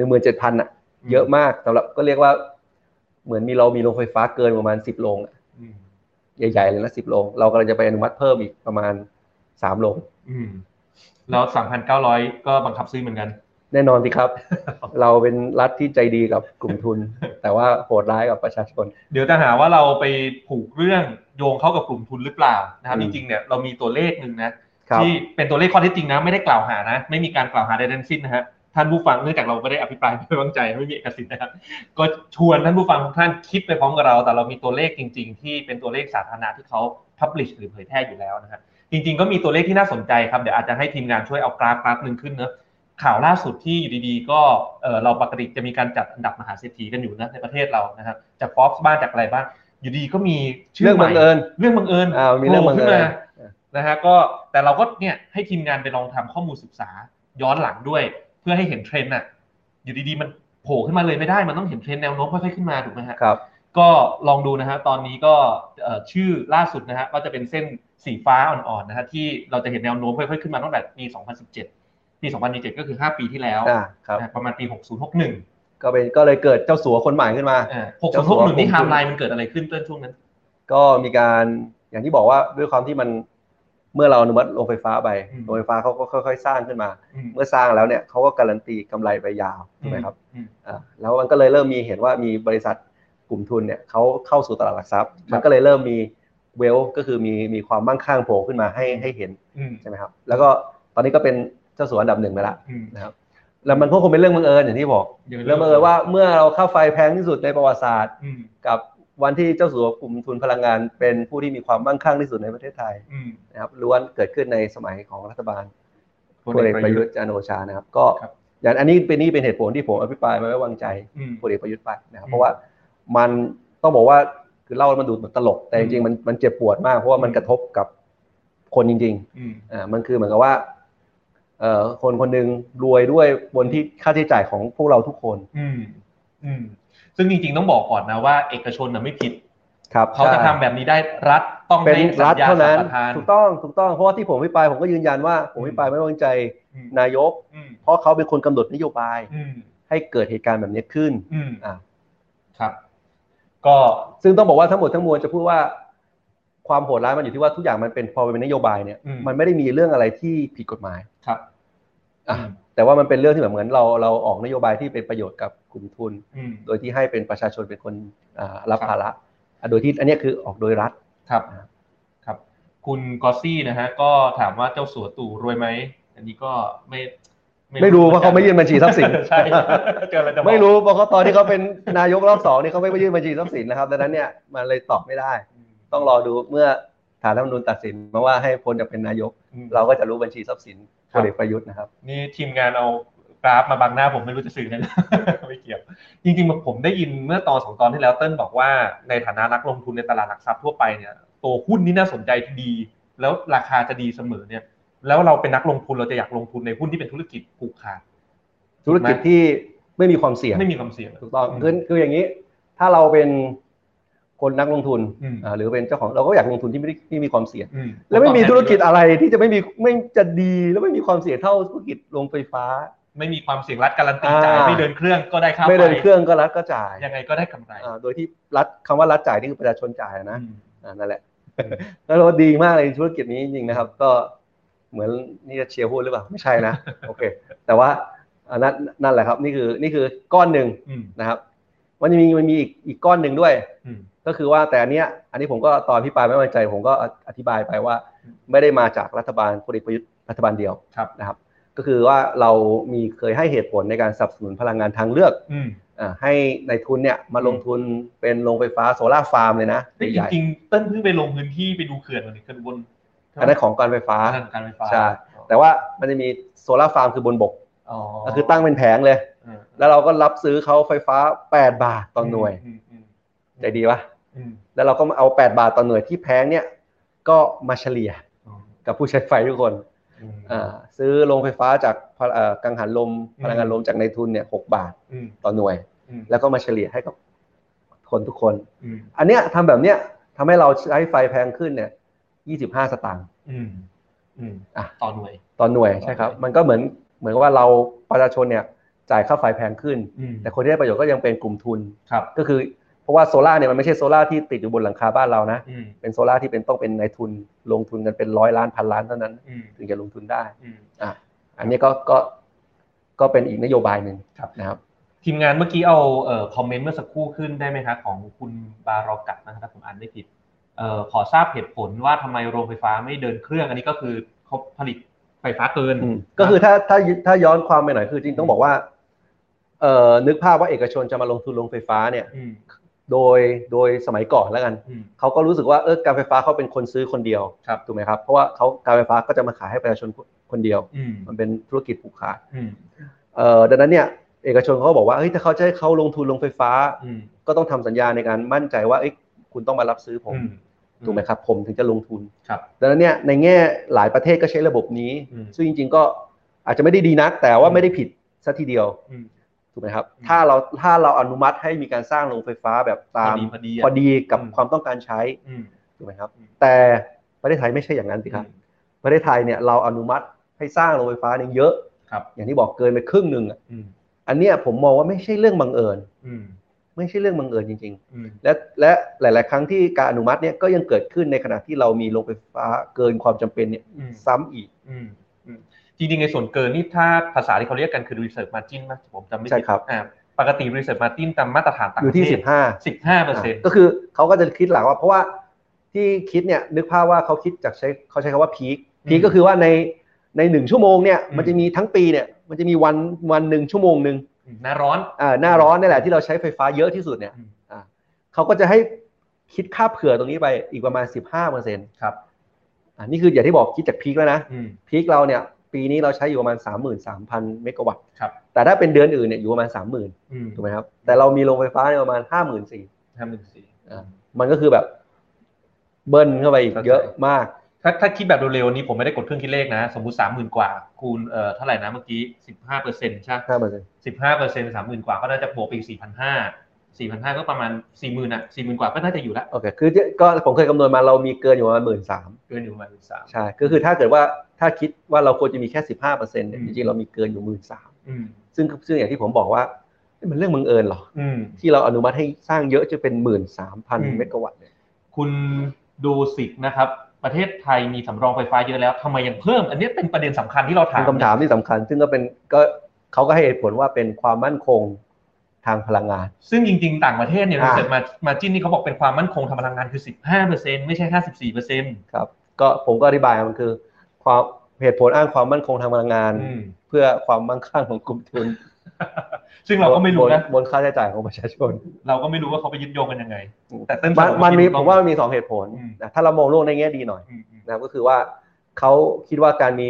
[SPEAKER 6] ม
[SPEAKER 7] 17,000อ่ะเยอะมากสำหรับก็เรียกว่าเหมือนมีเรามีโรงไฟฟ้าเกินประมาณ 10 โรงอะ
[SPEAKER 6] อืม
[SPEAKER 7] ใหญ่ๆเลยนะ10 โรง เรากำลังจะไปอนุมัติเพิ่มอีกประมาณ 3 โรง
[SPEAKER 6] อืมแล้วสามพันเก้าร้อยก็บังคับซื้อเหมือนกัน
[SPEAKER 7] แน่นอนสิ ครับ เราเป็นรัฐที่ใจดีกับกลุ่มทุน แต่ว่าโหดร้ายกับประชาชน
[SPEAKER 6] เดี๋ยวจะหาว่าเราไปผูกเรื่องโยงเข้ากับกลุ่มทุนหรือเปล่านะครับ
[SPEAKER 7] อื
[SPEAKER 6] จ
[SPEAKER 7] ม
[SPEAKER 6] ริงๆเนี่ยเรามีตัวเลขหนึ่งนะครับ ที่เป็นตัวเลขข้อเท็จจริงนะไม่ได้กล่าวหานะ ไม่มีการกล่าวหาใดๆทั้งสิ้นนะฮะท่านผู้ฟังเนื่องจากเราไม่ได้อภิปรายไม่ไว้วางใจไม่มีเอกสิทธิ์นะครับ ก็ชวนท่านผู้ฟังทุกท่านคิดไปพร้อมกับเรา แต่เรามีตัวเลขจริง ๆ ที่เป็นตัวเลขสาธารณะที่เขาพับลิชหรือเผยแพร่อยู่แล้วนะฮะจริง ๆ ก็มีตัวเลขที่น่าสนใจครับเดี๋ยวอาจจะให้ทีมงานช่วยเอากราฟกราฟหนึ่งขึ้นเนอะ ข่าวล่าสุดที่อยู่ดีๆ ก็เอ่อเราปกติจะมีการจัดอันดับมหาเศรษฐีกันอยู่นะในประเทศเรานะครับจากฟอ b บ้างจากอะไรบ้าง อยู่ดีก็มีชื่
[SPEAKER 7] เรื่อง
[SPEAKER 6] ใหม่
[SPEAKER 7] บังเอิญ
[SPEAKER 6] เรื่องบังเอิญ
[SPEAKER 7] อ่ามีเรื่องบัง
[SPEAKER 6] โผล่ขึ้
[SPEAKER 7] เอิ
[SPEAKER 6] น
[SPEAKER 7] ญ
[SPEAKER 6] มานะฮะก็แต่เราก็เนี่ยให้ทีมงานไปลองทำข้อมูลศึกษาย้อนหลังด้วย เพื่อให้เห็นเทรนด์น่ะอยู่ดีๆ มันโผล่ขึ้นมาเลยไม่ได้มันต้องเห็นเทรนด์แนวโน้มค่อยๆขึ้นมาถูกไหมฮะ
[SPEAKER 7] ครับ
[SPEAKER 6] ก็ลองดูนะฮะตอนนี้ก็เอ่อชื่อล่าสุดนะฮะก็จะเป็นเส้นสีฟ้าอ่อนๆนะฮะที่เราจะเห็นแนวโน้มค่อยๆขึ้นมาตั้งแต่ปี 2017 ปี 2017 ก็คือ 5 ปีที่แล้ว
[SPEAKER 7] อ่า ครับ
[SPEAKER 6] นะฮะประมาณปี 6061
[SPEAKER 7] ก็เป็นก็เลยเกิดเจ้าสัวคนใหม่ขึ้นมา
[SPEAKER 6] อ่า
[SPEAKER 7] เจ้าสัว
[SPEAKER 6] 6061นี่ไทม์ไลน์มันเกิดอะไรขึ้นเต้นช่วงนั้น
[SPEAKER 7] ก็มีการอย่างที่บอกว่าด้วยความที่มันเมื่อเราอนุมัติโรงไฟฟ้าไป
[SPEAKER 6] อืม
[SPEAKER 7] โรงไฟฟ้าเขาก็ค่อยๆ สร้างขึ้นมา
[SPEAKER 6] อืม
[SPEAKER 7] เมื่อสร้างแล้วเนี่ยเขาก็การันตีกำไรไปยาวถูกไหมครับ
[SPEAKER 6] อืม
[SPEAKER 7] อ่าแล้วมันก็เลยเริ่มมีเห็นว่ามีบริษัทกลุ่มทุนเนี่ยเขาเข้าสู่ตลาดหลักทรัพย์ มันก็เลยเริ่มมีเวลก็คือมีมีความมั่งคั่งโผล่ขึ้นมาให้ให้เห็น
[SPEAKER 6] อืม
[SPEAKER 7] ใช่ไหมครับ แล้วก็ตอนนี้ก็เป็นเจ้าสัวอันดับหนึ่งไปละ
[SPEAKER 6] อืม
[SPEAKER 7] นะครับ แล้วมันก็คงเป็นเรื่องบังเอิญอย่างที่บอก
[SPEAKER 6] ดี๋ย
[SPEAKER 7] เรื่องบังเอิญว่าเมื่อเราค่าไฟแพงที่สุดในประวัติศาสตร์
[SPEAKER 6] อืม
[SPEAKER 7] กับวันที่เจ้าสัวกลุ่มทุนพลังงาน เป็นผู้ที่มีความมั่งคั่งที่สุดในประเทศไทย
[SPEAKER 6] อืม
[SPEAKER 7] นะครับล้วนเกิดขึ้นในสมัยของรัฐบาล
[SPEAKER 6] พล
[SPEAKER 7] พล
[SPEAKER 6] เอ
[SPEAKER 7] เอก ก
[SPEAKER 6] ป
[SPEAKER 7] ประ ระ
[SPEAKER 6] ยุ
[SPEAKER 7] ยุ
[SPEAKER 6] ท
[SPEAKER 7] ท
[SPEAKER 6] ธ์
[SPEAKER 7] ธ์จันทร์โอชานะครับ ก็
[SPEAKER 6] ครับ
[SPEAKER 7] อย่างอันนี้เป็นนี่เป็นเหตุผลที่ผมอภิปรายไม่ไว้วางใจ
[SPEAKER 6] อืม
[SPEAKER 7] พลเอกประยุทธ์ไปนะครับ
[SPEAKER 6] อืม
[SPEAKER 7] เพราะว่ามันต้องบอกว่าคือเล่าแล้วมันดูเหมือนตลก แต่
[SPEAKER 6] อื
[SPEAKER 7] จ
[SPEAKER 6] ม
[SPEAKER 7] ริงๆมันมันเจ็บปวดมาก เพราะว่ามัน
[SPEAKER 6] อืม
[SPEAKER 7] กระทบกับคนจริง ๆ
[SPEAKER 6] อืม
[SPEAKER 7] อ่ามันคือเหมือนกับว่าเอ่อคนคนหนึ่งรวยด้วยบนที่ค่าใช้จ่ายของพวกเราทุกคน
[SPEAKER 6] อืมอืมซึ่งจริงๆต้องบอกก่อนนะว่าเอกชนน่ะไม่ผิด
[SPEAKER 7] ครับ
[SPEAKER 6] เขาจะทำแบบนี้ได้รัฐต้อง
[SPEAKER 7] เป็น
[SPEAKER 6] ได้สั
[SPEAKER 7] รัฐ
[SPEAKER 6] ญญา
[SPEAKER 7] เท่านั้น
[SPEAKER 6] สัมปทาน
[SPEAKER 7] ถูกต้องถูกต้องเพราะว่าที่ผมพิปรายผมก็ยืนยันว่าผมพิปรายไม่ไว้วางใจ
[SPEAKER 6] อืม
[SPEAKER 7] นายก
[SPEAKER 6] อืม
[SPEAKER 7] เพราะเขาเป็นคนกำหนดนโยบาย
[SPEAKER 6] อืม
[SPEAKER 7] ให้เกิดเหตุการณ์แบบนี้ขึ้น
[SPEAKER 6] อืม
[SPEAKER 7] อ่า
[SPEAKER 6] ครับ ก็
[SPEAKER 7] ซึ่งต้องบอกว่าทั้งหมดทั้งมวลจะพูดว่าความโหดร้ายมันอยู่ที่ว่าทุกอย่างมันเป็นพอเป็นนโยบายเนี่ย
[SPEAKER 6] อืม
[SPEAKER 7] มันไม่ได้มีเรื่องอะไรที่ผิดกฎหมาย
[SPEAKER 6] ครับ
[SPEAKER 7] อ่ะ แต่ว่ามันเป็นเรื่องที่แบบเหมือนเราเราออกนโยบายที่เป็นประโยชน์กับกลุ่มทุน
[SPEAKER 6] อืม
[SPEAKER 7] โดยที่ให้เป็นประชาชนเป็นคนอ่ารับ
[SPEAKER 6] ครับ
[SPEAKER 7] ภาระอ่ะโดยที่อันเนี้ยคือออกโดยรัฐ
[SPEAKER 6] ครับครับ คุณกอซี่นะฮะ ก็ถามว่าเจ้าสัวตู่รวยไหม อันนี้ก็ไม่
[SPEAKER 7] ไม่รู้เพราะเขาไม่ยื่นบัญชีทรัพย์สิน
[SPEAKER 6] ใช่ เจออะไรจะบอก
[SPEAKER 7] ไม่รู้เพราะเขาตอนที่เขาเป็นนายกรอบสองนี่เขาไม่ไปยื่นบัญชีทรัพย์สินนะครับดังนั้นเนี่ยมันเลยตอบไม่ได้ ต้องรอดูเมื่อฐานรัฐธรรมนูญตัดสินมาว่าให้พ้นจากเป็นนายก เราก็จะรู้บัญชีทรัพย์สินพ
[SPEAKER 6] ครับ
[SPEAKER 7] ลเอกประยุทธ์นะครับ
[SPEAKER 6] นี่ทีมงานเอากราฟมาบังหน้าผมไม่รู้จะสื่อไง ไม่เกี่ยว จริงๆผมได้ยินเมื่อตอนสองตอนที่แล้วเติ้ลบอกว่าในฐานะนักลงทุนในตลาดหลักทรัพย์ทั่วไปเนี่ยตัวหุ้นนี่น่าสนใจดี แล้วราคาจะดีเสมอเนี่ย แล้วเราเป็นนักลงทุนเราจะอยากลงทุนในหุ้นที่เป็นธุรกิจผูกขาด
[SPEAKER 7] ธุรกิจ
[SPEAKER 6] ถูกไหม
[SPEAKER 7] ที่ไม่มีความเสี่ยง
[SPEAKER 6] ไม่มีความเสี่ยง
[SPEAKER 7] ถูกต้องคือคืออย่างนี้ ถ้าเราเป็นคนนักลงทุน
[SPEAKER 6] อืม
[SPEAKER 7] อ่าหรือเป็นเจ้าของเราก็อยากลงทุนที่ไม่ได้ไม่มีความเสี่ยง
[SPEAKER 6] อื
[SPEAKER 7] และไม่มีธุรกิจอะไรที่จะไม่มีไม่จะดีแล้วไม่มีความเสี่ยงเท่าธุรกิจโรงไฟฟ้า
[SPEAKER 6] ไม่มีความเสี่ยงรัฐการันตีจ่าย
[SPEAKER 7] อ่า
[SPEAKER 6] ไม่เดินเครื่องก็ได้ค่าฟ
[SPEAKER 7] ไม่เดินเครื่องก็รัฐก็จ่าย
[SPEAKER 6] ยังไงก็ได้กำไร
[SPEAKER 7] อ่าโดยที่รัฐคำว่ารัฐจ่ายนี่คือประชาชนจ่ายนะ
[SPEAKER 6] อืม
[SPEAKER 7] อ่านั่นแหละ
[SPEAKER 6] อืม
[SPEAKER 7] แล้วเราดีมากเลยธุรกิจนี้จริงๆนะครับ ก็เหมือนนี่จะเชียร์หุ้นหรือเปล่า ไม่ใช่นะ โอเค แต่ว่าอ่านั่นนั่นแหละครับ นี่คือนี่คือก้อนหนึ่ง
[SPEAKER 6] อืม
[SPEAKER 7] นะครับมันยังมีมันมีอีกอีกก้อนหนึ่งด้วย
[SPEAKER 6] อืม
[SPEAKER 7] ก็คือว่าแต่อันเนี้ย อันนี้ผมก็ตอนพิปรายไม่ไว้วางใจผมก็อธิบายไปว่า ไม่ได้มาจากรัฐบาลพลเอกประยุทธ์รัฐบาลเดียว
[SPEAKER 6] ครับ
[SPEAKER 7] นะครับ ก็คือว่าเรามีเคยให้เหตุผลในการสนับสนุนพลังงานทางเลือก
[SPEAKER 6] อืม
[SPEAKER 7] อ่าให้ในายทุนเนี่ยมาลงทุนเป็นโรงไฟฟ้าโซลาร์ฟาร์มเลยนะ
[SPEAKER 6] แต่จ
[SPEAKER 7] ใหญ่
[SPEAKER 6] ริงๆเติ้ลเพิ่งไปลงพื้นที่ไปดูเขื่อนมาเนี่ยเขื่อนบน
[SPEAKER 7] ๆอันนั้นของการไฟฟ้า
[SPEAKER 6] ทางการไฟฟ้า
[SPEAKER 7] ใช่ แต่ว่ามันจะมีโซลาร์ฟาร์มคือบนบก
[SPEAKER 6] อ๋อ
[SPEAKER 7] ก็คือตั้งเป็นแผงเลย
[SPEAKER 6] อืม
[SPEAKER 7] แล้วเราก็รับซื้อเขาไฟฟ้า 8 บาทต่อหน่วย
[SPEAKER 6] อืมอืม
[SPEAKER 7] ใจดีปะ
[SPEAKER 6] อืม
[SPEAKER 7] แล้วเราก็เอา 8 บาทต่อหน่วยที่แพงเนี่ยก็มาเฉลี่ย
[SPEAKER 6] อืม
[SPEAKER 7] กับผู้ใช้ไฟทุกคน
[SPEAKER 6] อืม
[SPEAKER 7] อ่าซื้อโรงไฟฟ้าจากพลเอ่อกังหันลมพลังงานลมจากในายทุนเนี่ยหบาท
[SPEAKER 6] อืม
[SPEAKER 7] ต่อหน่วย
[SPEAKER 6] อืม
[SPEAKER 7] แล้วก็มาเฉลี่ยให้กับคนทุกคน
[SPEAKER 6] อืม
[SPEAKER 7] อันเนี้ยทำแบบเนี้ยทำให้เราใช้ไฟแพงขึ้นเนี่ย25 สตางค์
[SPEAKER 6] อืมอืม
[SPEAKER 7] อ่ะ
[SPEAKER 6] ต่อหน่วย
[SPEAKER 7] ต่อหน่วย
[SPEAKER 6] ต่อหน่วย
[SPEAKER 7] ใช่ครับ มันก็เหมือนเหมือนกับว่าเราประชาชนเนี่ยจ่ายค่าไฟแพงขึ้น
[SPEAKER 6] อืม
[SPEAKER 7] แต่คนที่ได้ประโยชน์ก็ยังเป็นกลุ่มทุน
[SPEAKER 6] ครับ
[SPEAKER 7] ก็คือเพราะว่าโซล่าร์เนี่ยมันไม่ใช่โซล่าร์ที่ติดอยู่บนหลังคาบ้านเรานะ
[SPEAKER 6] อืม
[SPEAKER 7] เป็นโซล่าร์ที่เป็นต้องเป็นนายทุนลงทุนกันเป็นร้อยล้านพันล้านเท่านั้น
[SPEAKER 6] อืม
[SPEAKER 7] ถึงจะลงทุนได้
[SPEAKER 6] อืม
[SPEAKER 7] อันนี้ก็ก็ก็เป็นอีกนโยบายหนึ่ง
[SPEAKER 6] ครับ
[SPEAKER 7] นะครับ
[SPEAKER 6] ทีมงานเมื่อกี้เอาเอ่อคอมเมนต์เมื่อสักครู่ขึ้นได้ไหมครับของคุณบารอกัดนะครับถ้าผมอ่านไม่ผิดเอ่อขอทราบเหตุผลว่าทำไมโรงไฟฟ้าไม่เดินเครื่อง อันนี้ก็คือเขาผลิตไฟฟ้าเกิน
[SPEAKER 7] ก็คือถ้าถ้าถ้าย้อนความไปหน่อยคือจริงๆต้องบอกว่าเอ่อนึกภาพว่าเอกชนจะมาลงทุนลงไฟฟ้าเนี่ย
[SPEAKER 6] อืม
[SPEAKER 7] โดยโดยสมัยก่อนแล้วกัน
[SPEAKER 6] อืม
[SPEAKER 7] เขาก็รู้สึกว่าเออการไฟฟ้าเขาเป็นคนซื้อคนเดียว
[SPEAKER 6] ครับ
[SPEAKER 7] ถูกไหมครับเพราะว่าเขาการไฟฟ้าก็จะมาขายให้ประชาชนคนเดียว
[SPEAKER 6] อืม
[SPEAKER 7] มันเป็นธุรกิจผูกขาด
[SPEAKER 6] อืม
[SPEAKER 7] เอ่อดังนั้นเนี่ยเอกชนเขาก็บอกว่าเฮ้ยถ้าเขาจะให้เขาลงทุนลงไฟฟ้า
[SPEAKER 6] อืม
[SPEAKER 7] ก็ต้องทำสัญญาในการมั่นใจว่าเอ้ยคุณต้องมารับซื้อผม
[SPEAKER 6] อืม
[SPEAKER 7] ถูกไหมครับผมถึงจะลงทุน
[SPEAKER 6] ครับ
[SPEAKER 7] ดังนั้นเนี่ยในแง่หลายประเทศก็ใช้ระบบนี้
[SPEAKER 6] อืม
[SPEAKER 7] ซึ่งจริง ๆ ก็อาจจะไม่ได้ดีนัก แต่ว่า
[SPEAKER 6] อืม
[SPEAKER 7] ไม่ได้ผิดซะทีเดียว
[SPEAKER 6] อืม
[SPEAKER 7] ถูกไหมครับ
[SPEAKER 6] อืม
[SPEAKER 7] ถ้าเราถ้าเราอนุมัติให้มีการสร้างโรงไฟฟ้าแบบ
[SPEAKER 6] พอ
[SPEAKER 7] ตาม
[SPEAKER 6] ดีพอดีะ
[SPEAKER 7] พอดีกับ
[SPEAKER 6] อืม
[SPEAKER 7] ความต้องการใช้
[SPEAKER 6] อืม
[SPEAKER 7] ถูกไหมครับ
[SPEAKER 6] อืม
[SPEAKER 7] แต่ประเทศไทยไม่ใช่อย่างนั้นสิครับประเทศไทยเนี่ยเราอนุมัติให้สร้างโรงไฟฟ้าเนี่ยเยอะ
[SPEAKER 6] ครับ
[SPEAKER 7] อย่างที่บอกเกินไปครึ่งหนึ่งอะ
[SPEAKER 6] อืม
[SPEAKER 7] อันเนี้ยผมมองว่าไม่ใช่เรื่องบังเอิญ
[SPEAKER 6] อืม
[SPEAKER 7] ไม่ใช่เรื่องบังเอิญจริง
[SPEAKER 6] อืม
[SPEAKER 7] ๆ และและหลาย ๆ ครั้งที่การอนุมัติเนี่ยก็ยังเกิดขึ้นในขณะที่เรามีโรงไฟฟ้าเกินความจำเป็นเนี่ย
[SPEAKER 6] อืม
[SPEAKER 7] ซ้ำอีก
[SPEAKER 6] อืมอืมจริงๆในส่วนเกินนี่ถ้าภาษาที่เขาเรียกกันคือ research margin นะผมจำไม่
[SPEAKER 7] ใช่
[SPEAKER 6] ผิด
[SPEAKER 7] ครับ
[SPEAKER 6] อ่าปกติ research margin ตามมาตรฐานต่าง
[SPEAKER 7] อยู่ที่ 15อ่ะ
[SPEAKER 6] สิบห้าเปอร์เซ็นต์
[SPEAKER 7] ก็คือเขาก็จะคิดหลักว่าเพราะว่าที่คิดเนี่ยนึกภาพว่าเขาคิดจากใช้เขาใช้คำว่าพีคพีคก็คือว่าในในหนึ่งชั่วโมงเนี่ยมันจะมีทั้งปีเนี่ยมันจะมีวันวันหนึ่งชั่วโมงหนึ่ง
[SPEAKER 6] หน้าร้อน
[SPEAKER 7] อ่าหน้าร้อนนี่แหละที่เราใช้ไฟฟ้าเยอะที่สุดเนี่ย
[SPEAKER 6] อืม
[SPEAKER 7] อ่าเขาก็จะให้คิดค่าเผื่อตรงนี้ไปอีกประมาณ 15เปอร์เซ็นต์
[SPEAKER 6] ครับ
[SPEAKER 7] อ่านี่คืออย่างที่บอกคิดจากพีคแล้วนะ
[SPEAKER 6] อืม
[SPEAKER 7] พีคเราเนี่ยปีนี้เราใช้อยู่ประมาณ 33,000 เมกะวัตต์
[SPEAKER 6] ครับ
[SPEAKER 7] แต่ถ้าเป็นเดือนอื่นเนี่ยอยู่ประมาณ 30,000
[SPEAKER 6] อืม
[SPEAKER 7] ถูกไหมครับแต่เรามีโรงไฟฟ้าเนี่ยประมาณ 54,000
[SPEAKER 6] ห้าหมื่นสี่
[SPEAKER 7] อ่า มันก็คือแบบเบิ้ลเข้าไปอีก
[SPEAKER 6] เข้าใจ
[SPEAKER 7] เยอะมาก
[SPEAKER 6] ถ้าถ้าคิดแบบเร็วๆนี้ผมไม่ได้กดเครื่องคิดเลขนะ สมมุติสามหมื่นกว่า คูณเอ่อเท่าไหร่นะเมื่อกี้สิบห้าเปอร์เซ็นต์ใช่ไหม
[SPEAKER 7] 5เปอร์เซ็นต์
[SPEAKER 6] สิบห้าเปอร์เซ็นต์สามหมื่นกว่าก็น่าจะบวกไปอีกสี่พันห้าสี่พันห้าก็ประมาณสี่หมื่นอ่ะสี่หมื่นกว่าก็น่าจะอยู่ละ
[SPEAKER 7] โอเคคือที่ก็ผมเคยคำนวณมาเรามีเกินอยู่ประมาณ 13,000
[SPEAKER 6] เกินอยู่ประมาณสาม
[SPEAKER 7] ใช่ก็คือถ้าเกิดว่าถ้าคิดว่าเราควรจะมีแค่ 15%เนี่ย
[SPEAKER 6] อืม
[SPEAKER 7] จริงๆเรามีเกินอยู่ 13,000
[SPEAKER 6] อืม
[SPEAKER 7] ซึ่งซึ่งอย่างที่ผมบอกว่าเอ๊ะมันเรื่องบังเอิญเหรอ
[SPEAKER 6] อืม
[SPEAKER 7] ที่เราอนุมัติให้สร้างเยอะจะเป็นหมื่นสามพัน
[SPEAKER 6] อืม
[SPEAKER 7] เมกะวัตต์เนี่ย
[SPEAKER 6] คุณดูสิกนะครับ ไป ประเทศไทยมีสำรองไฟฟ้าเยอะแล้วทำไมยังเพิ่ม อันเนี้ยเป็นประเด็นสำคัญที่เราถา
[SPEAKER 7] เป็
[SPEAKER 6] ม
[SPEAKER 7] นคำถามที่สำคัญ ซึ่งก็เป็นก็เขาก็ให้เหตุผลว่าเป็นความมั่นคงทางพลังงาน
[SPEAKER 6] ซึ่งจริง ๆ ต่างประเทศเนี่ย
[SPEAKER 7] อ่า
[SPEAKER 6] เสร็จมามาจิ้นนี่เขาบอกเป็นความมั่นคงทางพลังงานคือ 15%ไม่ใช่ 54%
[SPEAKER 7] ครับ ก็ผมก็อธิบายมันคือ ความเหตุผลอ้างความมั่นคงทางพลังงาน
[SPEAKER 6] อืม
[SPEAKER 7] เพื่อความมั่งคั่งของกลุ่มทุน
[SPEAKER 6] ซึ่งเราก็ไม่รู้นะ
[SPEAKER 7] บนบนค่าใช้จ่ายของประชาชน
[SPEAKER 6] เราก็ไม่รู้ว่าเขาไปยึดโยงกันยังไง แต่เต้น
[SPEAKER 7] มัน
[SPEAKER 6] สนุก
[SPEAKER 7] มันมี
[SPEAKER 6] จริงๆ
[SPEAKER 7] ผมว่ามันมีสองเหตุผล
[SPEAKER 6] อืม
[SPEAKER 7] นะถ้าเรามองโลกในแง่ดีหน่อย
[SPEAKER 6] อืมอืม
[SPEAKER 7] นะครับก็คือว่าเขาคิดว่าการมี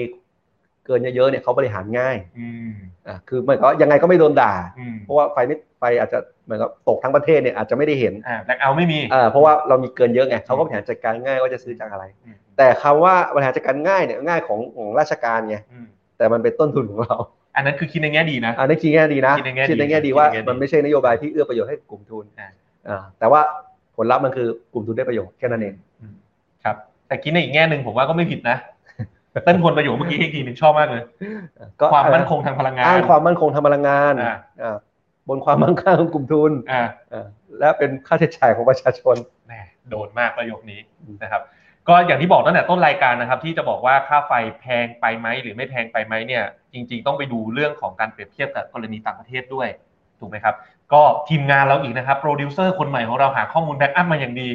[SPEAKER 7] เกินเยอะๆเนี่ยเขาบริหารง่าย
[SPEAKER 6] อืม
[SPEAKER 7] อ่ะคือเหมันก็ยังไงก็ไม่โดนด่า
[SPEAKER 6] อืม
[SPEAKER 7] เพราะว่าไฟนิดไฟอาจจะเหมือนกับตกทั้งประเทศเนี่ยอาจจะไม่ได้เห็น
[SPEAKER 6] อ่าแบล็คเอาไม่มี
[SPEAKER 7] เอ่อเพราะว่าเรามีเกินเยอะไงเขาก็บริหารจัดการง่ายว่าจะซื้อจากอะไร
[SPEAKER 6] อืม
[SPEAKER 7] แต่คำว่าบริหารจัดการง่ายเนี่ยง่ายของของราชการไง
[SPEAKER 6] อืม
[SPEAKER 7] แต่มันเป็นต้นทุนของเรา
[SPEAKER 6] อันนั้นคือคิดในแง่ดีนะ
[SPEAKER 7] อันนี้คิดแง่ดีนะ
[SPEAKER 6] คิดในแง่ดี
[SPEAKER 7] คิดในแง่ดีว่า
[SPEAKER 6] คิดในแง่ดี
[SPEAKER 7] มันไม่ใช่นโยบายที่เอื้อประโยชน์ให้กลุ่มทุน
[SPEAKER 6] อ่า
[SPEAKER 7] อ่าแต่ว่าผลลัพธ์มันคือกลุ่มทุนได้ประโยชน์แค่นั้นเอง
[SPEAKER 6] ครับ แต่คิดในอีกแง่หนึ่งผมว่าก็ไม่ผิดนะ เต้นทวนประโยคเมื่อกี้อีกทีหนึ่งชอบมากเลย
[SPEAKER 7] ก็
[SPEAKER 6] ความมั่นคงทางพลังงาน
[SPEAKER 7] อ้างความมั่นคงทางพลังงาน
[SPEAKER 6] อ่า
[SPEAKER 7] อ่าบนความมั่งคั่งของกลุ่มทุน
[SPEAKER 6] อ่า
[SPEAKER 7] อ่าและเป็นค่าใช้จ่ายของประชาชน
[SPEAKER 6] แหมโดนมากประโยคนี้นะครับ ก็อย่างที่บอกตั้งแต่ต้นรายการนะครับ ที่จะบอกว่าค่าไฟแพงไปไหมหรือไม่แพงไปไหมเนี่ย จริง ๆ ต้องไปดูเรื่องของการเปรียบเทียบกับกรณีต่างประเทศด้วยถูกไหมครับ ก็ทีมงานเราอีกนะครับโปรดิวเซอร์คนใหม่ของเราหาข้อมูลแบ็กอัพมาอย่างดี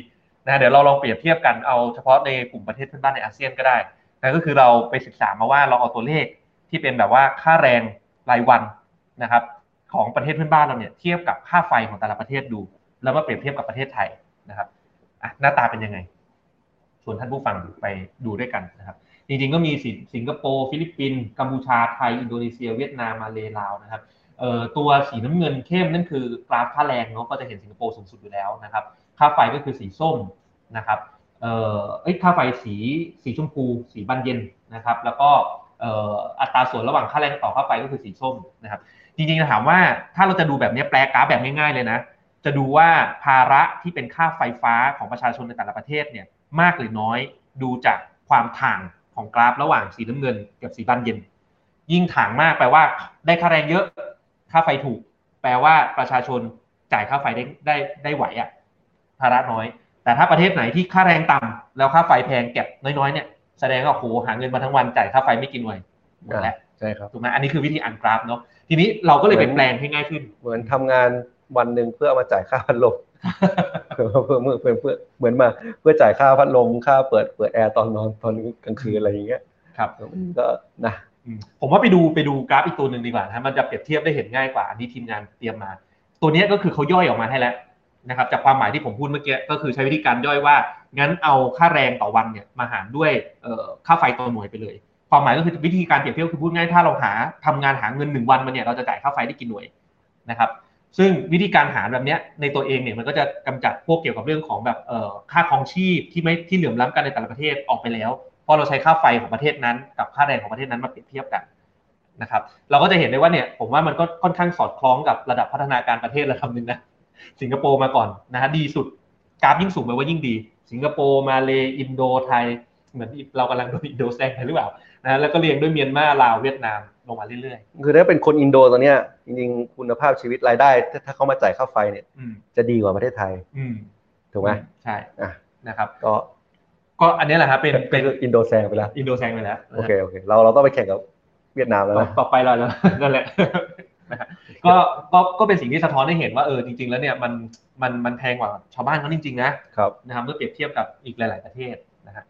[SPEAKER 6] นะเดี๋ยวเราลองเปรียบเทียบกันเอาเฉพาะในกลุ่มประเทศเพื่อนบ้านในอาเซียนก็ได้นะก็คือเราไปศึกษามาว่าเราเอาตัวเลขที่เป็นแบบว่าค่าแรงรายวันนะครับของประเทศเพื่อนบ้านเราเนี่ยเทียบกับค่าไฟของแต่ละประเทศดู แล้วมาเปรียบเทียบกับประเทศไทยนะครับอ่ะหน้าตาเป็นยังไง ชวนท่านผู้ฟังไปดูด้วยกันนะครับ จริงๆก็มีสิสิงคโปร์ฟิลิปปินส์กัมพูชาไทย อินโดนีเซีย เวียดนามมาเลลาวนะครับ เอ่อตัวสีน้ำเงินเข้มนั่นคือกราฟค่าแรงเนาะก็จะเห็นสิงคโปร์สูงสุดอยู่แล้วนะครับ ค่าไฟก็คือสีส้มนะครับ เอ่อเอ้ยค่าไฟสีสีชมพู สีบานเย็นนะครับ แล้วก็เอ่ออัตราส่วนระหว่างค่าแรงต่อค่าไฟก็คือสีส้มนะครับ จริงๆจะถามว่าถ้าเราจะดูแบบเนี้ยแปลกราฟแบบง่ายๆเลยนะ จะดูว่าภาระที่เป็นค่าไฟฟ้าของประชาชนในแต่ละประเทศเนี่ยมากหรือน้อยดูจากความถ่างของกราฟระหว่างสีน้ำเงินกับสีบานเย็น ยิ่งถ่างมากแปลว่าได้ค่าแรงเยอะค่าไฟถูก แปลว่าประชาชนจ่ายค่าไฟได้ได้ได้ไหวอะภาระน้อย แต่ถ้าประเทศไหนที่ค่าแรงต่ำแล้วค่าไฟแพงเก็บน้อยๆเนี่ยแสดงว่าโหหาเงินมาทั้งวันจ่ายค่าไฟไม่กินเลยหมดแล้ว
[SPEAKER 7] ใช่ครับ
[SPEAKER 6] ถูกไหมอันนี้คือวิธีอ่านกราฟเนาะทีนี้เราก็เลยไปแปลงให้ง่ายขึ้น
[SPEAKER 7] เหมือนทำงานวันหนึ่งเพื่อเอามาจ่ายค่าพัดลม เพื่อเพื่อเพื่อเพื่อเพื่อเหมือนมาเพื่อจ่ายค่าพัดลมค่าเปิดเปิดแอร์ตอนนอนตอนกลางคืนอะไรอย่างเงี้ย
[SPEAKER 6] ครับ
[SPEAKER 7] ก็นะ
[SPEAKER 6] อืมผมว่าไปดูไปดูกราฟอีกตัวหนึ่งดีกว่านะฮะมันจะเปรียบเทียบได้เห็นง่ายกว่าอันที่ทีมงานเตรียมมา ตัวเนี้ยก็คือเขาย่อยออกมาให้แล้วนะครับจากความหมายที่ผมพูดเมื่อกี้ก็คือใช้วิธีการย่อยว่า งั้นเอาค่าแรงต่อวันเนี่ยมาหารด้วยเอ่อค่าไฟต่อหน่วยไปเลย ความหมายก็คือวิธีการเปรียบเทียบคือพูดง่ายถ้าเราหาทำงานหาเงินหนึ่งวันมันเนี่ยเราจะจ่ายค่าไฟได้กี่หน่วยนะครับ ซึ่งวิธีการหารแบบเนี้ยในตัวเองเนี่ยมันก็จะกำจัดพวกเกี่ยวกับเรื่องของแบบเอ่อค่าครองชีพที่ไม่ที่เหลื่อมล้ำกันในแต่ละประเทศออกไปแล้ว เพราะเราใช้ค่าไฟของประเทศนั้น กับค่าแรงของประเทศนั้นมาเปรียบเทียบกันนะครับ เราก็จะเห็นได้ว่าเนี่ยผมว่ามันก็ค่อนข้างสอดคล้องกับระดับพัฒนาการประเทศระดับหนึ่งนะสิงคโปร์มาก่อนนะฮะดีสุดกราฟยิ่งสูงไปลว่ายิ่งดี สิงคโปร์มาเลอินโดไทยเหมือนเรากำลังโดนอินโดแซงไปหรือเปล่านะแล้วก็เรียงด้วยเมียนมาลาวเวียดนามลงมาเรื่อย
[SPEAKER 7] คือถ้าเป็นคนอินโดตอนเนี้ยจริงๆคุณภาพชีวิตรายได้ ถ้าถ้าเขามาจ่ายค่าไฟเนี่ย
[SPEAKER 6] ๆ อืม
[SPEAKER 7] จะดีกว่าประเทศไทย
[SPEAKER 6] อืม
[SPEAKER 7] ถูกไหม
[SPEAKER 6] ใช่
[SPEAKER 7] อ่ะ
[SPEAKER 6] นะครับ
[SPEAKER 7] ก็
[SPEAKER 6] ก็อันนี้แหละครับเป็น
[SPEAKER 7] เป็
[SPEAKER 6] เป็น น
[SPEAKER 7] อินโดแซงไปแล้ว
[SPEAKER 6] อินโดแซงไปแล้วนะ
[SPEAKER 7] โอ
[SPEAKER 6] ฮะ
[SPEAKER 7] เคโอเคเราเราต้องไปแข่งกับเวียดนามแล้วนะ
[SPEAKER 6] ต่อต่อไปเราแล้ว นั่นแหละ ก็ก็ก็เป็นสิ่งที่สะท้อนให้เห็นว่าเออจริง ๆ แล้วเนี่ยมันมันมันแพงกว่าชาวบ้านเขาจริง ๆ นะครับ นะครับเมื่อเปรียบเทียบกับอีกหลาย ๆ ประเทศนะฮะ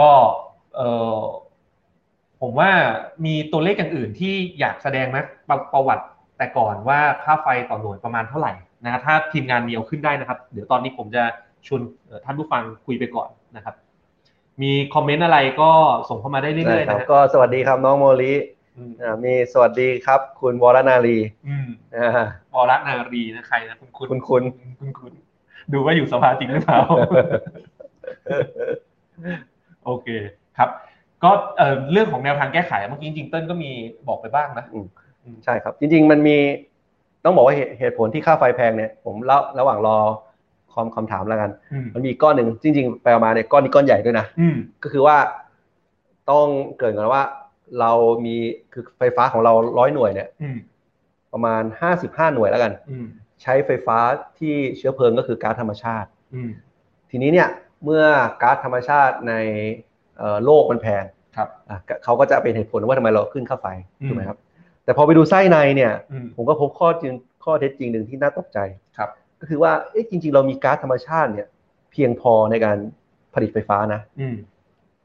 [SPEAKER 6] ก็เออผมว่ามีตัวเลขอย่างอื่นที่อยากแสดงไหมประประวัติแต่ก่อนว่าค่าไฟต่อหน่วยประมาณเท่าไหร่นะฮะถ้าทีมงานมีเอาขึ้นได้นะครับ เดี๋ยวตอนนี้ผมจะชวนเอ่อท่านผู้ฟังคุยไปก่อนนะครับ มีคอมเมนต์อะไรก็ส่งเข้ามาได้เรื่อยๆ
[SPEAKER 7] ครั
[SPEAKER 6] นะ
[SPEAKER 7] บ
[SPEAKER 6] ฮะ
[SPEAKER 7] ก็สวัสดีครับน้องโมลิ
[SPEAKER 6] อืม
[SPEAKER 7] อ่ามีสวัสดีครับ คุณวรนารี
[SPEAKER 6] อืม
[SPEAKER 7] อ่าว
[SPEAKER 6] รนารีนะใครนะคุณคุณ
[SPEAKER 7] คุณคุณ
[SPEAKER 6] คุณคุณดูว่าอยู่สภาจริงหรือเปล่า โอเคครับ ก็เอ่อเรื่องของแนวทางแก้ไขเมื่อกี้จริงๆเติ้ลก็มีบอกไปบ้างนะ
[SPEAKER 7] อืม ใช่ครับ จริง ๆ มันมีต้องบอกว่าเหตุเหตุผลที่ค่าไฟแพงเนี่ย ผมเล่าระหว่างรอคอมคำถามแล้วกัน
[SPEAKER 6] อืม
[SPEAKER 7] มันมีอีกก้อนหนึ่งจริง ๆ ไปเอามาเนี่ยก้อนนี้ก้อนใหญ่ด้วยนะ
[SPEAKER 6] อืม
[SPEAKER 7] ก็คือว่าต้องเกริดก่อนว่า เรามีคือไฟฟ้าของเราร้อยหน่วยเนี่ย
[SPEAKER 6] อืม
[SPEAKER 7] ประมาณ 55 หน่วยแล้วกัน
[SPEAKER 6] อืม
[SPEAKER 7] ใช้ไฟฟ้าที่เชื้อเพลิงก็คือก๊าซธรรมชาติ
[SPEAKER 6] อืม
[SPEAKER 7] ทีนี้เนี่ย เมื่อก๊าซธรรมชาติในเอ่อโลกมันแพง
[SPEAKER 6] ครับ
[SPEAKER 7] อ่ะเขาก็จะเป็นเหตุผลว่าทำไมเราขึ้นค่าไฟ
[SPEAKER 6] อืม
[SPEAKER 7] ถูกไหมครับ แต่พอไปดูไส้ในเนี่ย
[SPEAKER 6] อืม
[SPEAKER 7] ผมก็พบข้อจริงข้อเท็จจริงหนึ่งที่น่าตกใจ
[SPEAKER 6] ครับ
[SPEAKER 7] ก็คือว่าเอ๊ะจริง ๆ เรามีก๊าซธรรมชาติเนี่ย เพียงพอในการผลิตไฟฟ้านะ
[SPEAKER 6] อืม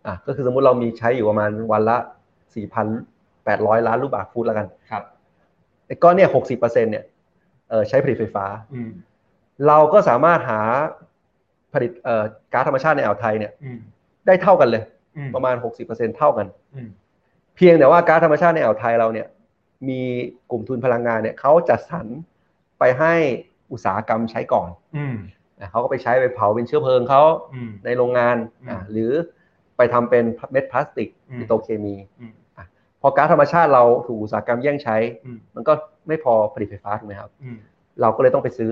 [SPEAKER 7] อ่ะก็คือสมมติเรามีใช้อยู่ประมาณวันละ 4,800 ล้านลูกบาศก์ฟุตแล้วกัน
[SPEAKER 6] ครับ
[SPEAKER 7] ไอ้ก้อนเนี่ย60%เนี่ยเอ่อใช้ผลิตไฟฟ้า
[SPEAKER 6] อืม
[SPEAKER 7] เราก็สามารถหาผลิตเอ่อก๊าซธรรมชาติในอ่าวไทยเนี่ย
[SPEAKER 6] อืม
[SPEAKER 7] ได้เท่ากันเลย
[SPEAKER 6] อืม
[SPEAKER 7] ประมาณ 60%เท่ากัน
[SPEAKER 6] อืม
[SPEAKER 7] เพียงแต่ว่าก๊าซธรรมชาติในอ่าวไทยเราเนี่ยมีกลุ่มทุนพลังงานเนี่ยเขาจัดสรรไปให้อุตสาหกรรมใช้ก่อน
[SPEAKER 6] อืม
[SPEAKER 7] นะเขาก็ไปใช้ไปเผาเป็นเชื้อเพลิงเขา
[SPEAKER 6] อืม
[SPEAKER 7] ในโรงงาน
[SPEAKER 6] อืม
[SPEAKER 7] อ่ะหรือไปทำเป็นเม็ดพลาสติก
[SPEAKER 6] อืม
[SPEAKER 7] ปิโตรเคมี
[SPEAKER 6] อืม
[SPEAKER 7] อ่ะพอก๊าซธรรมชาติเราถูกอุตสาหกรรมแย่งใช้
[SPEAKER 6] อืม
[SPEAKER 7] มันก็ไม่พอผลิตไฟฟ้าถูกไหมครับ
[SPEAKER 6] อืม
[SPEAKER 7] เราก็เลยต้องไปซื้อ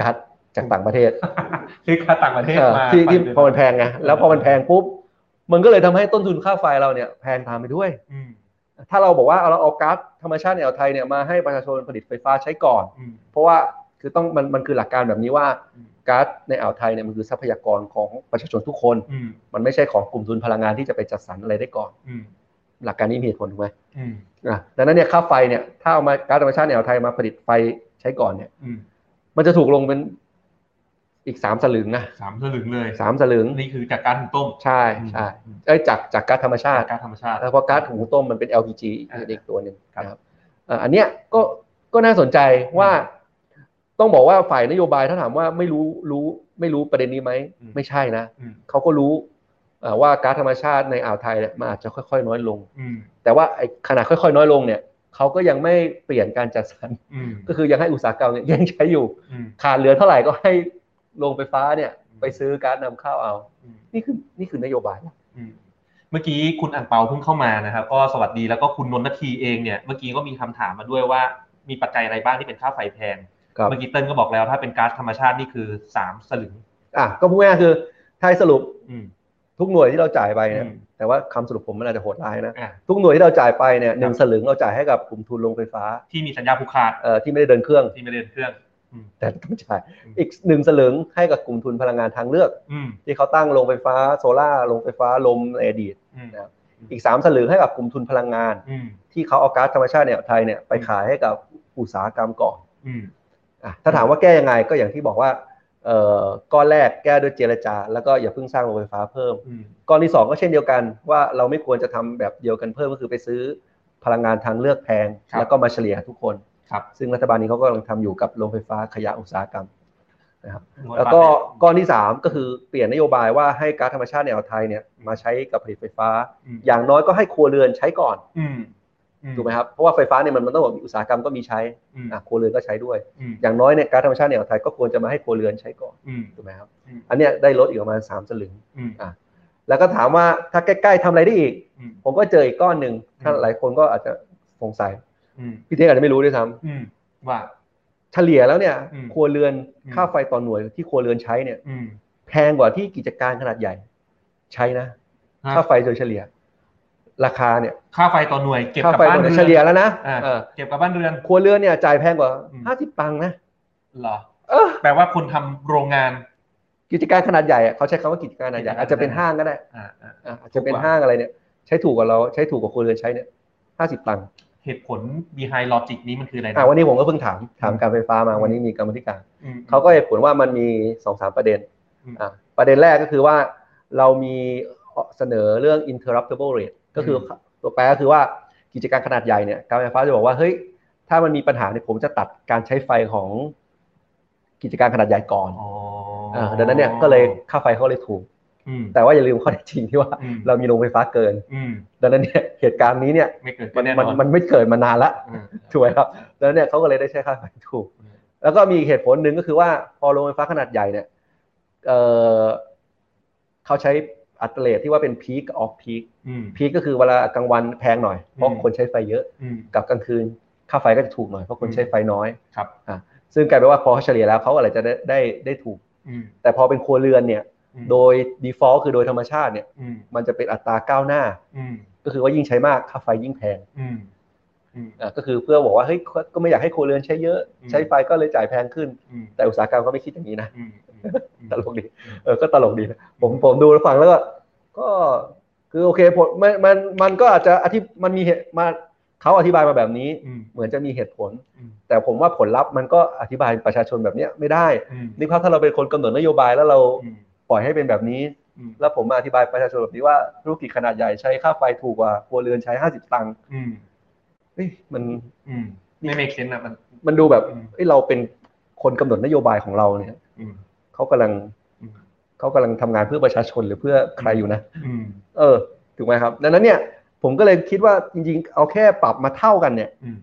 [SPEAKER 7] ก๊าซจากต่างประเทศ
[SPEAKER 6] ซื้อค่าต่างประเทศ
[SPEAKER 7] เออ
[SPEAKER 6] มา
[SPEAKER 7] ที่ที่
[SPEAKER 6] ปั่นเดืด
[SPEAKER 7] พอมันแพงไงแล้วพอมันแพงปุ๊บมันก็เลยทำให้ต้นทุนค่าไฟเราเนี่ยแพงตามไปด้วย
[SPEAKER 6] อืม
[SPEAKER 7] ถ้าเราบอกว่าเอาเราเอาก๊าซธรรมชาติในอ่าวไทยเนี่ยมาให้ประชาชนผลิตไฟฟ้าใช้ก่อน
[SPEAKER 6] อืม
[SPEAKER 7] เพราะว่าคือต้องมันมันคือหลักการแบบนี้ว่า
[SPEAKER 6] อืม
[SPEAKER 7] ก๊าซในอ่าวไทยเนี่ยมันคือทรัพยากรของประชาชนทุกคน
[SPEAKER 6] อืม
[SPEAKER 7] มันไม่ใช่ของกลุ่มทุนพลังงานที่จะไปจัดสรรอะไรได้ก่อน
[SPEAKER 6] อืม
[SPEAKER 7] หลักการนี้มีเหตุผลถูกไหม
[SPEAKER 6] อืม
[SPEAKER 7] อ่ะดังนั้นเนี่ยค่าไฟเนี่ยถ้าเอามาก๊าซธรรมชาติในอ่าวไทยมาผลิตไฟใช้ก่อนเนี่ย
[SPEAKER 6] อืม
[SPEAKER 7] มันจะถูกลงเป็นอีกสามสลึงนะ
[SPEAKER 6] สามสลึงเลย
[SPEAKER 7] สามสลึง
[SPEAKER 6] นี่คือจากการหุงต้ม
[SPEAKER 7] ใช่ใช่
[SPEAKER 6] อืม
[SPEAKER 7] เอ้ยจากจากก๊าซธรรมชาติ
[SPEAKER 6] จากการธรรมชาติ
[SPEAKER 7] แล้วพอก๊าซหุงต้มมันเป็น LPG
[SPEAKER 6] อ่า
[SPEAKER 7] อีกตัวหนึ่ง
[SPEAKER 6] ครับ
[SPEAKER 7] นะครับเอ่ออันเนี้ยก็ก็น่าสนใจว่าต้องบอกว่าฝ่ายนโยบายถ้าถามว่าไม่รู้รู้ไม่รู้ประเด็นนี้ไหม
[SPEAKER 6] อืม
[SPEAKER 7] ไม่ใช่นะ
[SPEAKER 6] อืม
[SPEAKER 7] เขาก็รู้เอ่อว่าก๊าซธรรมชาติในอ่าวไทยเนี่ยมันอาจจะค่อย ๆ น้อยลง
[SPEAKER 6] อืม
[SPEAKER 7] แต่ว่าไอ้ขนาดค่อย ๆ น้อยลงเนี่ยเขาก็ยังไม่เปลี่ยนการจัดสรร
[SPEAKER 6] อืม
[SPEAKER 7] ก็คือยังให้อุตสาหกรรมเนี่ยยังใช้อยู่
[SPEAKER 6] อืม
[SPEAKER 7] ขาดเหลือเท่าไหร่ก็ให้โรงไฟฟ้าเนี่ยไปซื้อก๊าซนำเข้าเอา
[SPEAKER 6] อืม
[SPEAKER 7] นี่คือนี่คือนโยบาย
[SPEAKER 6] อืมเมื่อกี้คุณอ่างเปาเพิ่งเข้ามานะครับก็สวัสดีแล้วก็คุณนนททีเองเนี่ยเมื่อกี้ก็มีคำถามมาด้วยว่ามีปัจจัยอะไรบ้างที่เป็นค่าไฟแพง
[SPEAKER 7] ครับ
[SPEAKER 6] เมื่อกี้เติ้ลก็บอกแล้วถ้าเป็นก๊าซธรรมชาตินี่คือสามสลึง
[SPEAKER 7] อ่ะก็พูดง่ายๆคือถ้าให้สรุป
[SPEAKER 6] อืม
[SPEAKER 7] ทุกหน่วยที่เราจ่ายไปเนี่ย
[SPEAKER 6] อืม
[SPEAKER 7] แต่ว่าคำสรุปผมมันอาจจะโหดร้ายนะ
[SPEAKER 6] อ่ะ
[SPEAKER 7] ทุกหน่วยที่เราจ่ายไปเนี่ย
[SPEAKER 6] ครับ
[SPEAKER 7] หนึ่งสลึงเราจ่ายให้กับกลุ่มทุนโรงไฟฟ้า
[SPEAKER 6] ที่มีสัญญาผูกขาด
[SPEAKER 7] เอ่อที่ไม่ได้เดินเครื่อง
[SPEAKER 6] ที่ไม่เดินเครื่อง
[SPEAKER 7] แต่ต้องจ่าย
[SPEAKER 6] อืม
[SPEAKER 7] อีกหนึ่งสลึงให้กับกลุ่มทุนพลังงานทางเลือก
[SPEAKER 6] อืม
[SPEAKER 7] ที่เขาตั้งโรงไฟฟ้าโซล่าร์โรงไฟฟ้าลมในอดีต
[SPEAKER 6] อืม
[SPEAKER 7] ครับ อีกสามสลึงให้กับกลุ่มทุนพลังงาน
[SPEAKER 6] อืม
[SPEAKER 7] ที่เขาเอาก๊าซธรรมชาติในอ่าวไทยเนี่ยไปขายให้กับอุตสาหกรรมก่อน
[SPEAKER 6] อืม
[SPEAKER 7] อ่ะถ้าถามว่าแก้ยังไงก็อย่างที่บอกว่าเอ่อก้อนแรกแก้ด้วยเจรจา แล้วก็อย่าเพิ่งสร้างโรงไฟฟ้าเพิ่ม
[SPEAKER 6] อืม
[SPEAKER 7] กรณีสองก็เช่นเดียวกันว่าเราไม่ควรจะทำแบบเดียวกันเพิ่มก็คือไปซื้อพลังงานทางเลือกแพง แล้วก็มาเฉลี่ยทุกคน
[SPEAKER 6] ครับ
[SPEAKER 7] ซึ่งรัฐบาลนี้เขาก็กำลังทำอยู่กับโรงไฟฟ้าขยะอุตสาหกรรม
[SPEAKER 6] ร้อย
[SPEAKER 7] แล้วก็
[SPEAKER 6] บาท
[SPEAKER 7] ก้อนที่สามก็คือเปลี่ยนนโยบายว่าให้ก๊าซธรรมชาติในอ่าวไทยเนี่ยมาใช้กับผลิตไฟฟ้า
[SPEAKER 6] อืม
[SPEAKER 7] อย่างน้อยก็ให้ครัวเรือนใช้ก่อน
[SPEAKER 6] อืมอื
[SPEAKER 7] ถูกไหมครับเพราะว่าไฟฟ้าเนี่ยมันมันต้องบอกมีอุตสาหกรรมก็มีใช้
[SPEAKER 6] อืม
[SPEAKER 7] อ่ะครัวเรือนก็ใช้ด้วย
[SPEAKER 6] อืม
[SPEAKER 7] อย่างน้อยเนี่ยก๊าซธรรมชาติในอ่าวไทยก็ควรจะมาให้ครัวเรือนใช้ก่อน
[SPEAKER 6] อืม
[SPEAKER 7] ถูกไหมครับ
[SPEAKER 6] อืม
[SPEAKER 7] อันเนี้ยได้ลดอีกประมาณสามสลึง
[SPEAKER 6] อืม
[SPEAKER 7] แล้วก็ถามว่าถ้าใกล้ๆทำอะไรได้อีก
[SPEAKER 6] อืม
[SPEAKER 7] ผมก็เจออีกก้อนหนึ่งถ้า
[SPEAKER 6] อืม
[SPEAKER 7] หลายคนก็อาจจะสงสัย
[SPEAKER 6] อืม
[SPEAKER 7] พี่เทพอาจจะไม่รู้ด้วยซ้
[SPEAKER 6] อืมว่า
[SPEAKER 7] ำเฉลี่ยแล้วเนี่ย
[SPEAKER 6] อืม
[SPEAKER 7] ครัวเรือน
[SPEAKER 6] อืม
[SPEAKER 7] ค่าไฟต่อหน่วยที่ครัวเรือนใช้เนี่ย
[SPEAKER 6] อืม
[SPEAKER 7] แพงกว่าที่กิจการขนาดใหญ่ ใช้นะ
[SPEAKER 6] ฮะ
[SPEAKER 7] ค่าไฟโดยเฉลี่ย ราคาเนี่ย
[SPEAKER 6] ค่าไฟต่อหน่วยเก็บ
[SPEAKER 7] ค่า
[SPEAKER 6] กับ
[SPEAKER 7] ไฟ
[SPEAKER 6] บ้าน
[SPEAKER 7] โด
[SPEAKER 6] เรื
[SPEAKER 7] ย
[SPEAKER 6] อ
[SPEAKER 7] เฉลี่ย
[SPEAKER 6] น
[SPEAKER 7] แล้วนะ
[SPEAKER 6] อ่า
[SPEAKER 7] เออ
[SPEAKER 6] เก็บกับบ้านเรือน
[SPEAKER 7] ครัวเรือนเนี่ยจ่ายแพงกว่า
[SPEAKER 6] อืม
[SPEAKER 7] ห้าสิบตังค์นะ
[SPEAKER 6] เหรอ
[SPEAKER 7] เออ
[SPEAKER 6] แปลว่าคนทำโรงงาน
[SPEAKER 7] กิจการขนาดใหญ่อะเขาใช้คำว่ากิจการขนาดใหญ่อาจจะเป็นห้างก็ได้
[SPEAKER 6] อ่าอ่า
[SPEAKER 7] อ่ะอาจจะเป็นห้างอะไรเนี่ย ใช้ถูกกว่าเราใช้ถูกกว่าครัวเรือนใช้เนี่ยห้าสิบตังค์
[SPEAKER 6] เหตุผล behind logic นี้มันคืออะไรนะ
[SPEAKER 7] อ่ะวันนี้ผมก็เพิ่งถามถามการไฟฟ้ามาวันนี้มีกรรมธิการ
[SPEAKER 6] อืม
[SPEAKER 7] เขาก็เหตุผลว่ามันมีสองสามประเด็น
[SPEAKER 6] อืม
[SPEAKER 7] อ่ะประเด็นแรกก็คือว่าเรามีเสนอเรื่อง interruptible rate ก็คืออตัวแปลก็คือว่ากิจการขนาดใหญ่เนี่ยการไฟฟ้าจะบอกว่าเฮ้ยถ้ามันมีปัญหาเนี่ยผมจะตัดการใช้ไฟของกิจการขนาดใหญ่ก่อน
[SPEAKER 6] อ๋อ
[SPEAKER 7] อ่าดังนั้นเนี่ยก็เลยค่าไฟเขาเลยถูก
[SPEAKER 6] อืม
[SPEAKER 7] แต่ว่าอย่าลืมข้อเท็จจริงที่ว่า
[SPEAKER 6] อืม
[SPEAKER 7] เรามีโรงไฟฟ้าเกิน
[SPEAKER 6] อืม
[SPEAKER 7] ดังนั้นเนี่ยเหตุการณ์นี้เนี่ย
[SPEAKER 6] ไม่เกิด
[SPEAKER 7] มั
[SPEAKER 6] ขึ้
[SPEAKER 7] น
[SPEAKER 6] แน่น
[SPEAKER 7] มัน
[SPEAKER 6] อน
[SPEAKER 7] มันไม่เกิดมานานละ
[SPEAKER 6] อืม
[SPEAKER 7] ถูกไหมครับแล้วเนี่ยเขาก็เลยได้ใช้ค่าไฟถูก
[SPEAKER 6] อืม
[SPEAKER 7] แล้วก็มีอีกเหตุผลหนึ่งก็คือว่าพอโรงไฟฟ้าขนาดใหญ่เนี่ยเอ่อเขาใช้อัตราเรทที่ว่าเป็น peak off peak
[SPEAKER 6] อืม
[SPEAKER 7] peak ก็คือเวลากลางวันแพงหน่อยเพราะ
[SPEAKER 6] อืม
[SPEAKER 7] คนใช้ไฟเยอะ
[SPEAKER 6] อืม
[SPEAKER 7] กับกลางคืนค่าไฟก็จะถูกหน่อยเพราะคนใช้ไฟน้อย
[SPEAKER 6] ครับ
[SPEAKER 7] อ่ะซึ่งกลายเป็นว่าพอเขาเฉลี่ยแล้วเขาอะไรจะได้ได้ได้ถูก
[SPEAKER 6] อืม
[SPEAKER 7] แต่พอเป็นครัวเรือนเนี่ย
[SPEAKER 6] อืม
[SPEAKER 7] โดย default คือโดยธรรมชาติเนี่ย
[SPEAKER 6] อืม
[SPEAKER 7] มันจะเป็นอัตราก้าวหน้า
[SPEAKER 6] อืม
[SPEAKER 7] ก็คือว่ายิ่งใช้มากค่าไฟยิ่งแพง
[SPEAKER 6] อืมอืม
[SPEAKER 7] อ่ะก็คือเพื่อบอกว่าเฮ้ยก็ก็ไม่อยากให้ครัวเรือนใช้เยอะ
[SPEAKER 6] อืม
[SPEAKER 7] ใช้ไฟก็เลยจ่ายแพงขึ้น
[SPEAKER 6] อืม
[SPEAKER 7] แต่อุตสาหกรรมก็ไม่คิดอย่างนี้นะ
[SPEAKER 6] อืม
[SPEAKER 7] ตลกดี เออ ก็ตลกดีนะผมผมดูแล้วฟังแล้วก็ ก็คือโอเคผมมันมันมันก็อาจจะอธิมันมีเหตุมาเขาอธิบายมาแบบนี้
[SPEAKER 6] อืม
[SPEAKER 7] เหมือนจะมีเหตุผล
[SPEAKER 6] อืม
[SPEAKER 7] แต่ผมว่าผลลัพธ์มันก็อธิบายประชาชนแบบเนี้ยไม่ได้
[SPEAKER 6] อืม
[SPEAKER 7] นึกภาพถ้าเราเป็นคนกำหนดนโยบายแล้วเรา
[SPEAKER 6] อืม
[SPEAKER 7] ปล่อยให้เป็นแบบนี้
[SPEAKER 6] อืม
[SPEAKER 7] แล้วผมมาอธิบายประชาชนแบบนี้ว่าธุรกิจขนาดใหญ่ใช้ค่าไฟถูกกว่าครัวเรือนใช้ห้าสิบตังค์
[SPEAKER 6] อืม
[SPEAKER 7] เอ้ยมัน
[SPEAKER 6] อืมไม่ make sense อะมัน
[SPEAKER 7] มันดูแบบ
[SPEAKER 6] อืม
[SPEAKER 7] เอ้ยเราเป็นคนกำหนดนโยบายของเราเนี่ย
[SPEAKER 6] อืม
[SPEAKER 7] เขากำลัง
[SPEAKER 6] อืม
[SPEAKER 7] เขากำลังทำงานเพื่อประชาชนหรือเพื่อใครอยู่นะ
[SPEAKER 6] อืม
[SPEAKER 7] เออถูกไหมครับ ดังนั้นเนี่ยผมก็เลยคิดว่าจริงๆ เอาแค่ปรับมาเท่ากันเนี่ย
[SPEAKER 6] อืม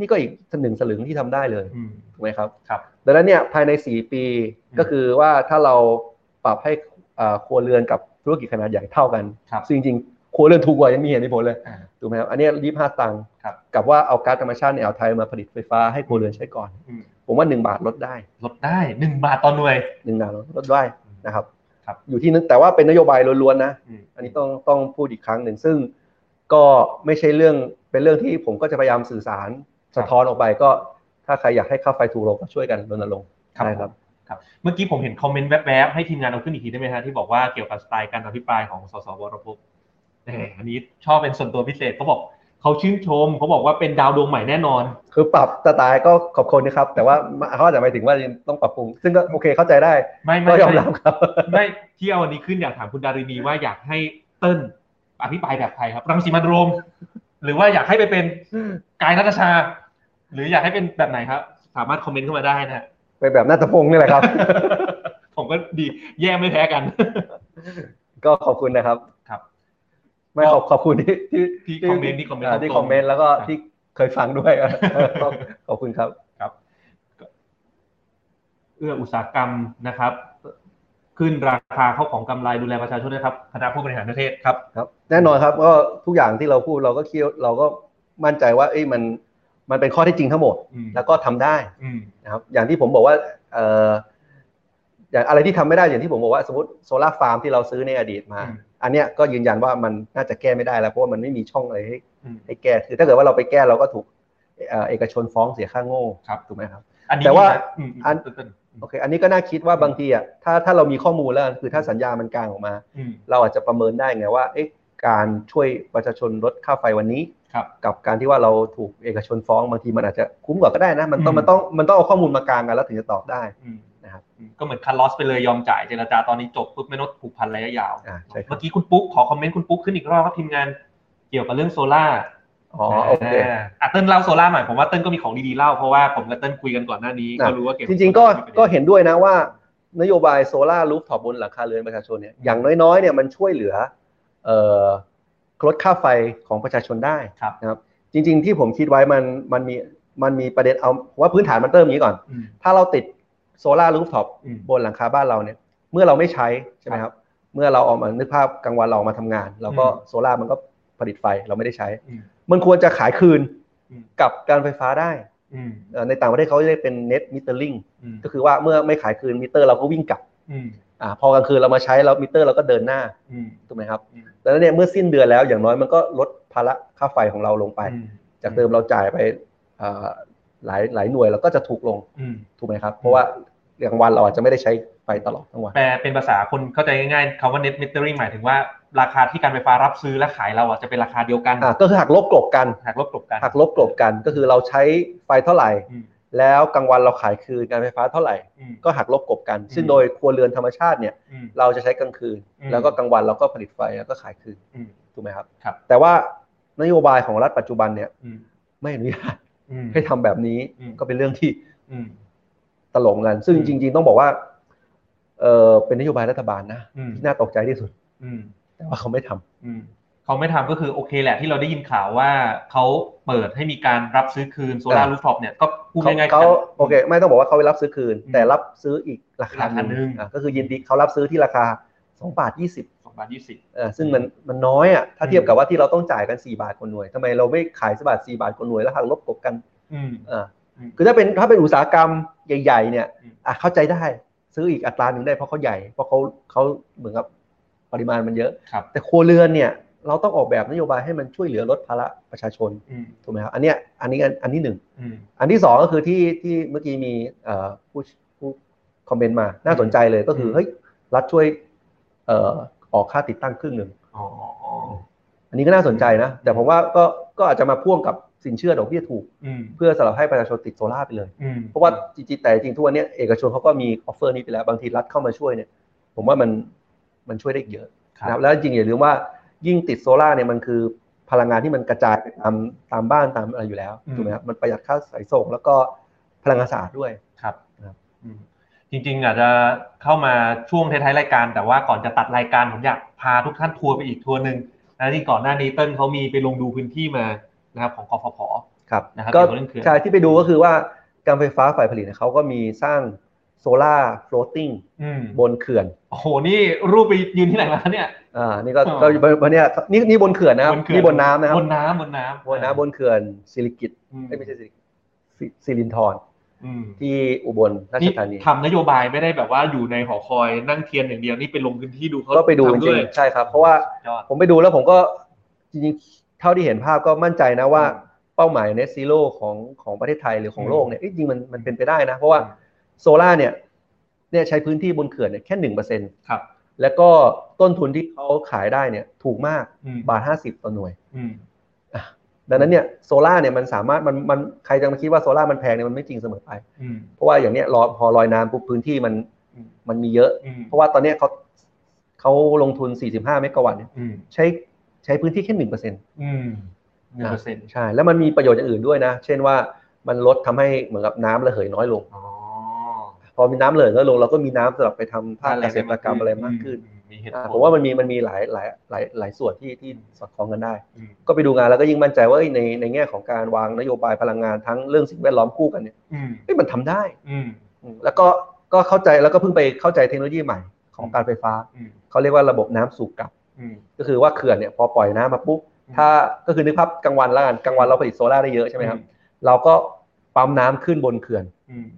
[SPEAKER 7] นี่ก็อีกหนึ่งสลึงที่ทำได้เลย
[SPEAKER 6] อืม
[SPEAKER 7] ถูกไหมครับ
[SPEAKER 6] ครับ
[SPEAKER 7] ดังนั้นเนี่ยภายใน 4 ปี
[SPEAKER 6] อืม
[SPEAKER 7] ก็คือว่าถ้าเราปรับให้อ่าครัวเรือนกับธุรกิจขนาดใหญ่เท่ากัน
[SPEAKER 6] ครับ
[SPEAKER 7] ซึ่งจริงๆครัวเรือนถูกกว่ายังมีเหตุมีผลเลย
[SPEAKER 6] อ่า
[SPEAKER 7] ถูกไหมครับอันเนี้ยี่ห้าตังค์
[SPEAKER 6] ครับ
[SPEAKER 7] กับว่าเอาก๊าซธรรมชาติในอ่าวไทยมาผลิตไฟฟ้าให้ครัวเรือนใช้ก่อน
[SPEAKER 6] อืม
[SPEAKER 7] ผมว่า 1 บาทลดได้
[SPEAKER 6] ลดได้หนึ่งบาทต่อหน่วย
[SPEAKER 7] หนึ่งบาทลดได้นะครับ
[SPEAKER 6] ครับ
[SPEAKER 7] อยู่ที่นึกแต่ว่าเป็นนโยบายล้วนๆนะ
[SPEAKER 6] ม
[SPEAKER 7] อันนี้ต้องต้องพูดอีกครั้งหนึ่งซึ่งก็ไม่ใช่เรื่องเป็นเรื่องที่ผมก็จะพยายามสื่อสารสะท้อนออกไปก็ ถ้าใครอยากให้ค่าไฟถูกลงก็ช่วยกันรณรงค์
[SPEAKER 6] ครับ
[SPEAKER 7] ได้ครับ
[SPEAKER 6] ครับ เมื่อกี้ผมเห็นคอมเมนต์แวบๆให้ทีมงานเอาขึ้นอีกทีได้ไหมฮะที่บอกว่าเกี่ยวกับสไตล์การอภิปรายของสสวรพงศ์แหมอันนี้ชอบเป็นส่วนตัวพิเศษเขาบอกเขาชื่นชมเขาบอกว่าเป็นดาวดวงใหม่แน่นอน
[SPEAKER 7] คือปรับสไตล์ก็ขอบคุณนะครับ แต่ว่าเขาอาจจะหมายถึงว่าต้องปรับปรุง ซึ่งก็โอเคเข้าใจได้
[SPEAKER 6] ไม่ไม่
[SPEAKER 7] ก็ยอม
[SPEAKER 6] ไม่
[SPEAKER 7] รับครับ
[SPEAKER 6] ไม่ที่เอาวันนี้ขึ้นอยากถามคุณดารินีว่าอยากให้เติ้ลอภิปรายแบบใครครับรังสีมันโรม หรือว่าอยากให้ไปเป็นกายนัทชา หรืออยากให้เป็นแบบไหนครับ สามารถคอมเมนต์เข้ามาได้นะฮะ
[SPEAKER 7] เป็นแบบนาตพงศ์นี่แหละ ครับ
[SPEAKER 6] ผมก็ดีแย่ไม่แพ้กัน
[SPEAKER 7] ก็ขอบคุณนะครับ
[SPEAKER 6] ครับ
[SPEAKER 7] ไม่ขอบขอบคุณที่ที่
[SPEAKER 6] ที่คอมเมนต์ที่คอมเมนต์
[SPEAKER 7] าที่คอมเมนต์แล้วก็ที่เคยฟังด้วย ก็ขอบคุณครับ
[SPEAKER 6] เอื้ออุตสาหกรรมนะครับ ขึ้นราคาเข้าของกำไรดูแลประชาชนด้วยครับคณะผู้บริหารประเทศครับ
[SPEAKER 7] ครับแน่นอนครับก็ทุกอย่างที่เราพูดเราก็คิดเราก็มั่นใจว่าเอ้ยมันมันเป็นข้อเที่จริงทั้งหมด
[SPEAKER 6] อืม
[SPEAKER 7] แล้วก็ทำได้
[SPEAKER 6] อืม
[SPEAKER 7] นะครับอย่างที่ผมบอกว่าเอ่ออย่างอะไรที่ทำไม่ได้อย่างที่ผมบอกว่าสมมติโซลาร์ฟาร์มที่เราซื้อในอดีตมา อันเนี้ยก็ยืนยันว่ามันน่าจะแก้ไม่ได้แล้วเพราะว่ามันไม่มีช่องอะไรให้
[SPEAKER 6] อืม
[SPEAKER 7] ให้แก้คือถ้าเกิดว่าเราไปแก้เราก็ถูกเอ่อเอกชนฟ้องเสียค่าโง่
[SPEAKER 6] ครับ
[SPEAKER 7] ถูกไหมครับ
[SPEAKER 6] อันนี้
[SPEAKER 7] แต่ว่า
[SPEAKER 6] อืม
[SPEAKER 7] อัน
[SPEAKER 6] เติ้ลๆ
[SPEAKER 7] โอเคอันนี้ก็น่าคิดว่าบางทีอ่ะถ้าถ้าเรามีข้อมูลแล้วคือถ้าสัญญามันกลางออกมา
[SPEAKER 6] อืม
[SPEAKER 7] เราอาจจะประเมินได้ไงว่าเอ๊ะการช่วยประชาชนลดค่าไฟวันนี้
[SPEAKER 6] ครับ
[SPEAKER 7] กับการที่ว่าเราถูกเอกชนฟ้องบางทีมันอาจจะคุ้มกว่าก็ได้นะ มันต้อง
[SPEAKER 6] อืม
[SPEAKER 7] มันต้องมันต้องเอาข้อมูลมากลางกันแล้วถึงจะตอบได้
[SPEAKER 6] อืม
[SPEAKER 7] นะครับ
[SPEAKER 6] อืมก็เหมือนคันลอสไปเลยยอมจ่ายเจรจาตอนนี้จบปุ๊บไม่ลดผูกพันระยะยาว
[SPEAKER 7] อ่าใช่ครับ
[SPEAKER 6] เมื่อกี้คุณปุ๊กขอคอมเมนต์คุณปุ๊กขึ้นอีกรอบครับทีมงานเกี่ยวกับเรื่องโซล่า
[SPEAKER 7] อ๋อโอเค
[SPEAKER 6] าอ่ะเติ้ลเล่าโซล่าหน่อยผมว่าเติ้ลก็มีของดีๆเล่าเพราะว่าผมกับเติ้ลคุยกันก่อนหน้านี้
[SPEAKER 7] นะ
[SPEAKER 6] ก็รู้ว่าเกี่ยว
[SPEAKER 7] จ
[SPEAKER 6] บ
[SPEAKER 7] ริงๆก็
[SPEAKER 6] มีประด็น
[SPEAKER 7] ก็เห็นด้วยนะว่านโยบายโซลารูฟท็อปบนหลังคาเรือนประชาชนเนี่ยอย่างน้อยๆเนี่ยมันช่วยเหลือเอ่อลดค่าไฟของประชาชนได้
[SPEAKER 6] ครับ
[SPEAKER 7] นะครับ จริง ๆ ที่ผมคิดไว้มันมันมีมันมีประเด็นเอาว่าพื้นฐานมันเติมอย่างนี้ก่อน
[SPEAKER 6] อืม
[SPEAKER 7] ถ้าเราติดโซลารูฟท็อป
[SPEAKER 6] อืม
[SPEAKER 7] บนหลังคาบ้านเราเนี่ยเมื่อเราไม่ใช้ใช่ไหมครับเมื่อเราออกมานึกภาพกลางวันเราออกมาทำงาน เราก็
[SPEAKER 6] อืม
[SPEAKER 7] โซลาร์มันก็ผลิตไฟเราไม่ได้ใช้
[SPEAKER 6] อืม
[SPEAKER 7] มันควรจะขายคืน
[SPEAKER 6] อืม
[SPEAKER 7] กับการไฟฟ้าได้
[SPEAKER 6] อืม
[SPEAKER 7] เอ่อในต่างประเทศเขาเรียกเป็น net metering
[SPEAKER 6] อืม
[SPEAKER 7] ก็คือว่าเมื่อไม่ขายคืนมิเตอร์เราก็วิ่งกลับ
[SPEAKER 6] อืม
[SPEAKER 7] อาพอกลางคืนเรามาใช้แล้วมิเตอร์เราก็เดินหน้า
[SPEAKER 6] อืม
[SPEAKER 7] ถูกไหมครับ
[SPEAKER 6] อืม
[SPEAKER 7] ดังนั้นเนี่ยเมื่อสิ้นเดือนแล้วอย่างน้อยมันก็ลดภาระค่าไฟของเราลงไป
[SPEAKER 6] อืม
[SPEAKER 7] จากเดิมเราจ่ายไปอ่าหลายหลายหน่วยเราก็จะถูกลง
[SPEAKER 6] อืม
[SPEAKER 7] ถูกไหมครับเพราะว่ากลางวันเราอาจจะไม่ได้ใช้ไฟตลอดทั้งวัน
[SPEAKER 6] แปลเป็นภาษาคนเข้าใจง่ายๆคำว่า net metering หมายถึงว่าราคาที่การไฟฟ้ารับซื้อและขายเราอ่ะจะเป็นราคาเดียวกัน
[SPEAKER 7] อ่ะก็คือหักลบกลบกัน
[SPEAKER 6] หักลบกลบกัน
[SPEAKER 7] หักลบกลบกันก็คือเราใช้ไฟเท่าไหร่
[SPEAKER 6] อืม
[SPEAKER 7] แล้วกลางวันเราขายคืนการไฟฟ้าเท่าไหร่
[SPEAKER 6] อืม
[SPEAKER 7] ก็หักลบกลบกัน ซึ่ง
[SPEAKER 6] อืม
[SPEAKER 7] โดยครัวเรือนธรรมชาติเนี่ย
[SPEAKER 6] อืม
[SPEAKER 7] เราจะใช้กลางคืน
[SPEAKER 6] อืม
[SPEAKER 7] แล้วก็กลางวันเราก็ผลิตไฟแล้วก็ขายคืน
[SPEAKER 6] อืม
[SPEAKER 7] ถูกไหมครับ
[SPEAKER 6] ครับ
[SPEAKER 7] แต่ว่านโยบายของรัฐปัจจุบันเนี่ย
[SPEAKER 6] อืม
[SPEAKER 7] ไม่อนุญาต
[SPEAKER 6] อืม
[SPEAKER 7] ให้ทำแบบนี้
[SPEAKER 6] อืม
[SPEAKER 7] ก็เป็นเรื่องที่
[SPEAKER 6] อืม
[SPEAKER 7] ตลกเหมือนกัน ซึ่ง
[SPEAKER 6] อืม
[SPEAKER 7] จริง ๆ ต้องบอกว่าเออเป็นนโยบายรัฐบาลนะ
[SPEAKER 6] อืม
[SPEAKER 7] ที่น่าตกใจที่สุด
[SPEAKER 6] อืม
[SPEAKER 7] แต่ว่าเขาไม่ทำ
[SPEAKER 6] อืมเขาไม่ทำก็คือโอเคแหละที่เราได้ยินข่าวว่าเขาเปิดให้มีการรับซื้อคืนโซลา
[SPEAKER 7] อ่า
[SPEAKER 6] รูฟท็อปเนี่ยก็พูด
[SPEAKER 7] เขา
[SPEAKER 6] ง่ายๆ
[SPEAKER 7] เขาโอเค ไม่ต้องบอกว่าเขาไปรับซื้อคืน
[SPEAKER 6] อืม
[SPEAKER 7] แต่รับซื้ออีกราคา
[SPEAKER 6] ราคาหนึ่ง
[SPEAKER 7] อ่ะก็คือยินดีเขารับซื้อที่ราคา2บาท20
[SPEAKER 6] สองพันยี่สิบ
[SPEAKER 7] เออซึ่งมันมันน้อยอ่ะถ้า
[SPEAKER 6] อืม
[SPEAKER 7] เทียบกับว่าที่เราต้องจ่ายกัน 4 บาทคนหน่วยทำไมเราไม่ขายสบาท4บาทคนหน่วยแล้วหักลบกบกัน
[SPEAKER 6] อืม
[SPEAKER 7] อ่า
[SPEAKER 6] อืม
[SPEAKER 7] คือถ้าเป็นถ้าเป็นอุตสาหกรรมใหญ่ ๆ เนี่ย
[SPEAKER 6] อืม
[SPEAKER 7] อ่ะเข้าใจได้ซื้ออีกอัตราหนึ่งได้เพราะเขาใหญ่ เพราะเขาเขาเหมือนกับปริมาณมันเยอะ
[SPEAKER 6] ครับ
[SPEAKER 7] แต่ครัวเรือนเนี่ยเราต้องออกแบบนโยบายให้มันช่วยเหลือลดภาระประชาชน
[SPEAKER 6] อืม
[SPEAKER 7] ถูกไหมครับอันเนี้ยอันนี้อันอันที่หนึ่ง
[SPEAKER 6] อืม
[SPEAKER 7] อันที่สองก็คือที่ที่เมื่อกี้มีเอ่อผู้ผู้ คอมเมนต์มา น่าสนใจเลยก็คือเฮ้ยรัฐช่วยเอ่อออกค่าติดตั้งครึ่งหนึ่ง
[SPEAKER 6] อ๋อ
[SPEAKER 7] อันนี้ก็น่าสนใจนะ แต่ผมว่าก็ก็อาจจะมาพ่วงกับสินเชื่อดอกเบี้ยถูก
[SPEAKER 6] อืม
[SPEAKER 7] เพื่อสำหรับให้ประชาชนติดโซล่าร์ไปเลย
[SPEAKER 6] อืม
[SPEAKER 7] เพราะว่าจริงๆแต่จริงๆทุกวันเนี้ยเอกชนเขาก็มีออฟเฟอร์นี้ไปแล้ว บางทีรัฐเข้ามาช่วยเนี่ย ผมว่ามันมันช่วยได้อีกเยอะ
[SPEAKER 6] ค
[SPEAKER 7] นะค
[SPEAKER 6] รั
[SPEAKER 7] รั
[SPEAKER 6] บบ
[SPEAKER 7] แล้วจริงๆอย่าลืมว่ายิ่งติดโซล่าร์เนี่ยมันคือพลังงานที่มันกระจายไปตามตามบ้านตามอะไรอยู่แล้วถูกไหมครับมันประหยัดค่าสายส่ง แล้วก็พลังงานสะอาดด้วย
[SPEAKER 6] ครับ
[SPEAKER 7] ครับ
[SPEAKER 6] อืมจริงๆอาจจะเข้ามาช่วงท้ายๆรายการ แต่ว่าก่อนจะตัดรายการผมอยากพาทุกท่านทัวร์ไปอีกทัวร์หนึ่งนะที่ก่อนหน้านี้เติ้ลเขามีไปลงดูพื้นที่มานะครับของกฟผ
[SPEAKER 7] ครับ
[SPEAKER 6] นะครับ
[SPEAKER 7] ก็
[SPEAKER 6] เกี่ยวกับเรื่องเขื่อน
[SPEAKER 7] ใช่ที่ไปดูก็คือว่าการไฟฟ้าฝ่ายผลิตเนี่ยเขาก็มีสร้างโซล่าร์ฟลอตติ้ง
[SPEAKER 6] อืม
[SPEAKER 7] บนเขื่อน
[SPEAKER 6] โอ้โหนี่รูปไปยืนที่ไหนมาเนี่ย
[SPEAKER 7] อ่า นี่ก็
[SPEAKER 6] อ๋อ
[SPEAKER 7] ก็วันเนี้ยนี่นี่บนเขื่อนนะครับ
[SPEAKER 6] ขื่อ
[SPEAKER 7] นี่บนน้ำนะครับ
[SPEAKER 6] บนน้ำบนน้ำ
[SPEAKER 7] บนน้ำบนเขื่อนสิริกิต
[SPEAKER 6] อืม
[SPEAKER 7] เอ้ยไม่ใช่สิริกิตสิสิรินธร
[SPEAKER 6] อืม
[SPEAKER 7] ที่อุบลราช
[SPEAKER 6] นี่
[SPEAKER 7] ธานี
[SPEAKER 6] ทำนโยบายไม่ได้แบบว่าอยู่ในหอคอยนั่งเทียนอย่างเดียวนี่ไปลงพื้นที่ดูเขา
[SPEAKER 7] ก็ไปดูจ
[SPEAKER 6] ทำ
[SPEAKER 7] ริ
[SPEAKER 6] ว
[SPEAKER 7] ง
[SPEAKER 6] ย
[SPEAKER 7] ๆใช่ครับ เพราะว่า
[SPEAKER 6] สุดยอด
[SPEAKER 7] ผมไปดูแล้วผมก็จริงๆ เท่าที่เห็นภาพก็มั่นใจนะว่าเป้าหมาย net zero ของของประเทศไทยหรือของ
[SPEAKER 6] อืม
[SPEAKER 7] โลกเนี่ยเอ้ยจริงๆมันมันเป็นไปได้นะ เพราะว่า
[SPEAKER 6] อืม
[SPEAKER 7] โซล่าเนี่ยเนี่ยใช้พื้นที่บนเขื่อนเนี่ยแค่หนึ่งเปอร์เซ็นต์
[SPEAKER 6] ครับ
[SPEAKER 7] แล้วก็ต้นทุนที่เขาขายได้เนี่ยถูกมาก
[SPEAKER 6] อืม
[SPEAKER 7] บาทห้าสิบต่อหน่วย
[SPEAKER 6] อืม
[SPEAKER 7] ดังนั้นเนี่ยโซล่าเนี่ยมันสามารถมันมันใครจะมาคิดว่าโซล่ามันแพงเนี่ยมันไม่จริงเสมอไป
[SPEAKER 6] อืม
[SPEAKER 7] เพราะว่าอย่างเนี้ยรอพอลอยน้ำปุ๊บพื้นที่มัน
[SPEAKER 6] อืม
[SPEAKER 7] มันมีเยอะ
[SPEAKER 6] อืม
[SPEAKER 7] เพราะว่าตอนเนี้ยเขาเขาลงทุน 45 เมกะวัตต์เนี่ย
[SPEAKER 6] อืม
[SPEAKER 7] ใช้ใช้พื้นที่แค่หนึ่งเปอร์เซ็นต์
[SPEAKER 6] อืมหนึ่งเปอร์เซ็นต์
[SPEAKER 7] ใช่แล้วมันมีประโยชน์อย่างอื่นด้วยนะ เช่นว่ามันลดทำให้เหมือนกับน้ำระเหยน้อยลง
[SPEAKER 6] อ๋อ
[SPEAKER 7] พอมีน้ำระเหยน้อยลงเราก็มีน้ำสำหรับไปทำภาคเกษตรกรรมอะไรมากขึ้น
[SPEAKER 6] อืมีเหตุผ
[SPEAKER 7] อ่า
[SPEAKER 6] ล
[SPEAKER 7] ผมว่ามันมีมันมีหลายหลายหลายหลายส่วนที่ที่สอดคล้องกันได้
[SPEAKER 6] อืม
[SPEAKER 7] ก็ไปดูงานแล้วก็ยิ่งมั่นใจว่าเอ้ยในในแง่ของการวางนโยบายพลังงานทั้งเรื่องสิ่งแวดล้อมคู่กันเนี่ย
[SPEAKER 6] อืม
[SPEAKER 7] เอ้ยมันทำได้
[SPEAKER 6] อืม
[SPEAKER 7] อืมแล้วก็ก็เข้าใจแล้วก็เพิ่งไปเข้าใจเทคโนโลยีใหม่ของการไฟฟ้า
[SPEAKER 6] อืม
[SPEAKER 7] เขาเรียกว่าระบบน้ำสูบกลับ
[SPEAKER 6] อืม
[SPEAKER 7] ก็คือว่าเขื่อนเนี่ยพอปล่อยน้ำมาปุ๊บ
[SPEAKER 6] อืม
[SPEAKER 7] ถ้าก็คือนึกภาพกลางวันแล้วกันกลางวันเราผลิตโซล่าร์ได้เยอะใช่ไหมครับ
[SPEAKER 6] อื
[SPEAKER 7] เราก็ปั๊มน้ำขึ้นบนเขื่อน
[SPEAKER 6] อืม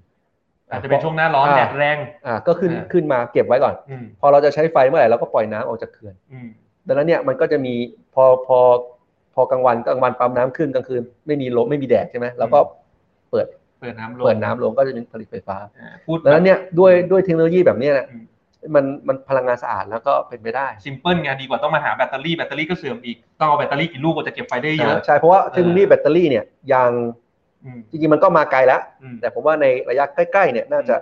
[SPEAKER 6] อาจจะเป็นช่วงหน้าร้อน
[SPEAKER 7] อ่า
[SPEAKER 6] แดดแรง
[SPEAKER 7] อ่าก็ขึ้น
[SPEAKER 6] อ่า
[SPEAKER 7] ขึ้นมาเก็บไว้ก่อน
[SPEAKER 6] อืม
[SPEAKER 7] พอเราจะใช้ไฟเมื่อไหร่เราก็ปล่อยน้ำออกจากเขื่อน
[SPEAKER 6] อืม
[SPEAKER 7] ดังนั้นเนี่ยมันก็จะมีพอพอพอกลางวันกลางวันปั๊มน้ำขึ้นกลางคืนไม่มีลมไม่มีแดดใช่ไหมเราก็เปิด
[SPEAKER 6] เปิดน้ำลง
[SPEAKER 7] เปิดน้ำลงก็จะเป็นผลิตไฟฟ้า
[SPEAKER 6] อ่าพูด
[SPEAKER 7] ดังนั้นเนี่ยด้วยด้วยเทคโนโลยีแบบเนี้ยนะ
[SPEAKER 6] อืม
[SPEAKER 7] มันมันพลังงานสะอาดแล้วก็เป็นไปได้
[SPEAKER 6] ซิมเพิลไงดีกว่าต้องมาหาแบตเตอรี่แบตเตอรี่ก็เสื่อมอีก ต้องเอาแบตเตอรี่กี่ลูกกว่าจะเก็บไฟได้เยอะ
[SPEAKER 7] อ่าใช่เพราะว่าเทคโนโลยี
[SPEAKER 6] เออ
[SPEAKER 7] แบตเตอรี่เนี่ยยัง
[SPEAKER 6] อืม
[SPEAKER 7] จริงๆมันก็มาไกลแล้ว
[SPEAKER 6] อืม
[SPEAKER 7] แต่ผมว่าในระยะใกล้ๆเนี่ยน่าจะ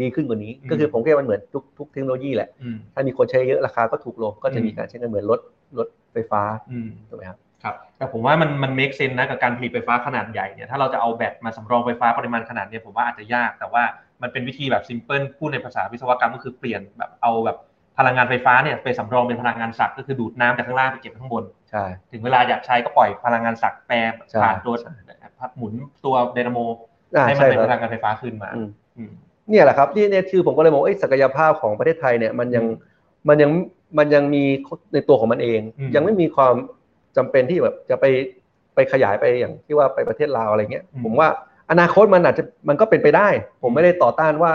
[SPEAKER 7] ดีขึ้นกว่านี้
[SPEAKER 6] อืม
[SPEAKER 7] ก็คือผมคิดว่ามันเหมือนทุกทุกเทคโนโลยีแหละ
[SPEAKER 6] อืม
[SPEAKER 7] ถ้ามีคนใช้เยอะราคาก็ถูกลงก็จะมี
[SPEAKER 6] อืม
[SPEAKER 7] การใช้เงินเหมือนรถรถไฟฟ้า
[SPEAKER 6] อืม
[SPEAKER 7] ถูกไหมครับ
[SPEAKER 6] ครับแต่ผมว่ามันมัน make sense นะกับการผลิตไฟฟ้าขนาดใหญ่เนี่ยถ้าเราจะเอาแบตมาสำรองไฟฟ้าปริมาณขนาดเนี้ยผมว่าอาจจะยาก แต่ว่ามันเป็นวิธีแบบ simple พูดในภาษาวิศวกรรมก็คือเปลี่ยนแบบเอาแบบพลังงานไฟฟ้าเนี่ยไปสำรองเป็นพลังงานสักก็คือดูดน้ำจากข้างล่างไปเก็บข้างบน
[SPEAKER 7] ใช่
[SPEAKER 6] ถึงเวลาอยากใช้ก็ปล่อยพลังงานสักแปร
[SPEAKER 7] ใช่
[SPEAKER 6] ผ่านตัวหมุนตัวไดนาโม
[SPEAKER 7] อ่า
[SPEAKER 6] ให้มัน
[SPEAKER 7] ใช่
[SPEAKER 6] เป็น
[SPEAKER 7] ค
[SPEAKER 6] พลั
[SPEAKER 7] รับ
[SPEAKER 6] งงานไฟฟ้าขึ้นมา
[SPEAKER 7] อืม
[SPEAKER 6] อืม
[SPEAKER 7] เนี่ยแหละครับนี่เนี่ยคือผมก็เลยมองว่าเอ้ยศักยภาพของประเทศไทยเนี่ยมันยังมันยังมันยังมีในตัวของมันเอง
[SPEAKER 6] อืม
[SPEAKER 7] ยังไม่มีความจำเป็นที่แบบจะไปไปขยายไปอย่างที่ว่าไปประเทศลาวอะไรเงี้ยผมว่าอนาคตมันอาจจะมันก็เป็นไปได้ ผมไม่ได้ต่อต้านว่า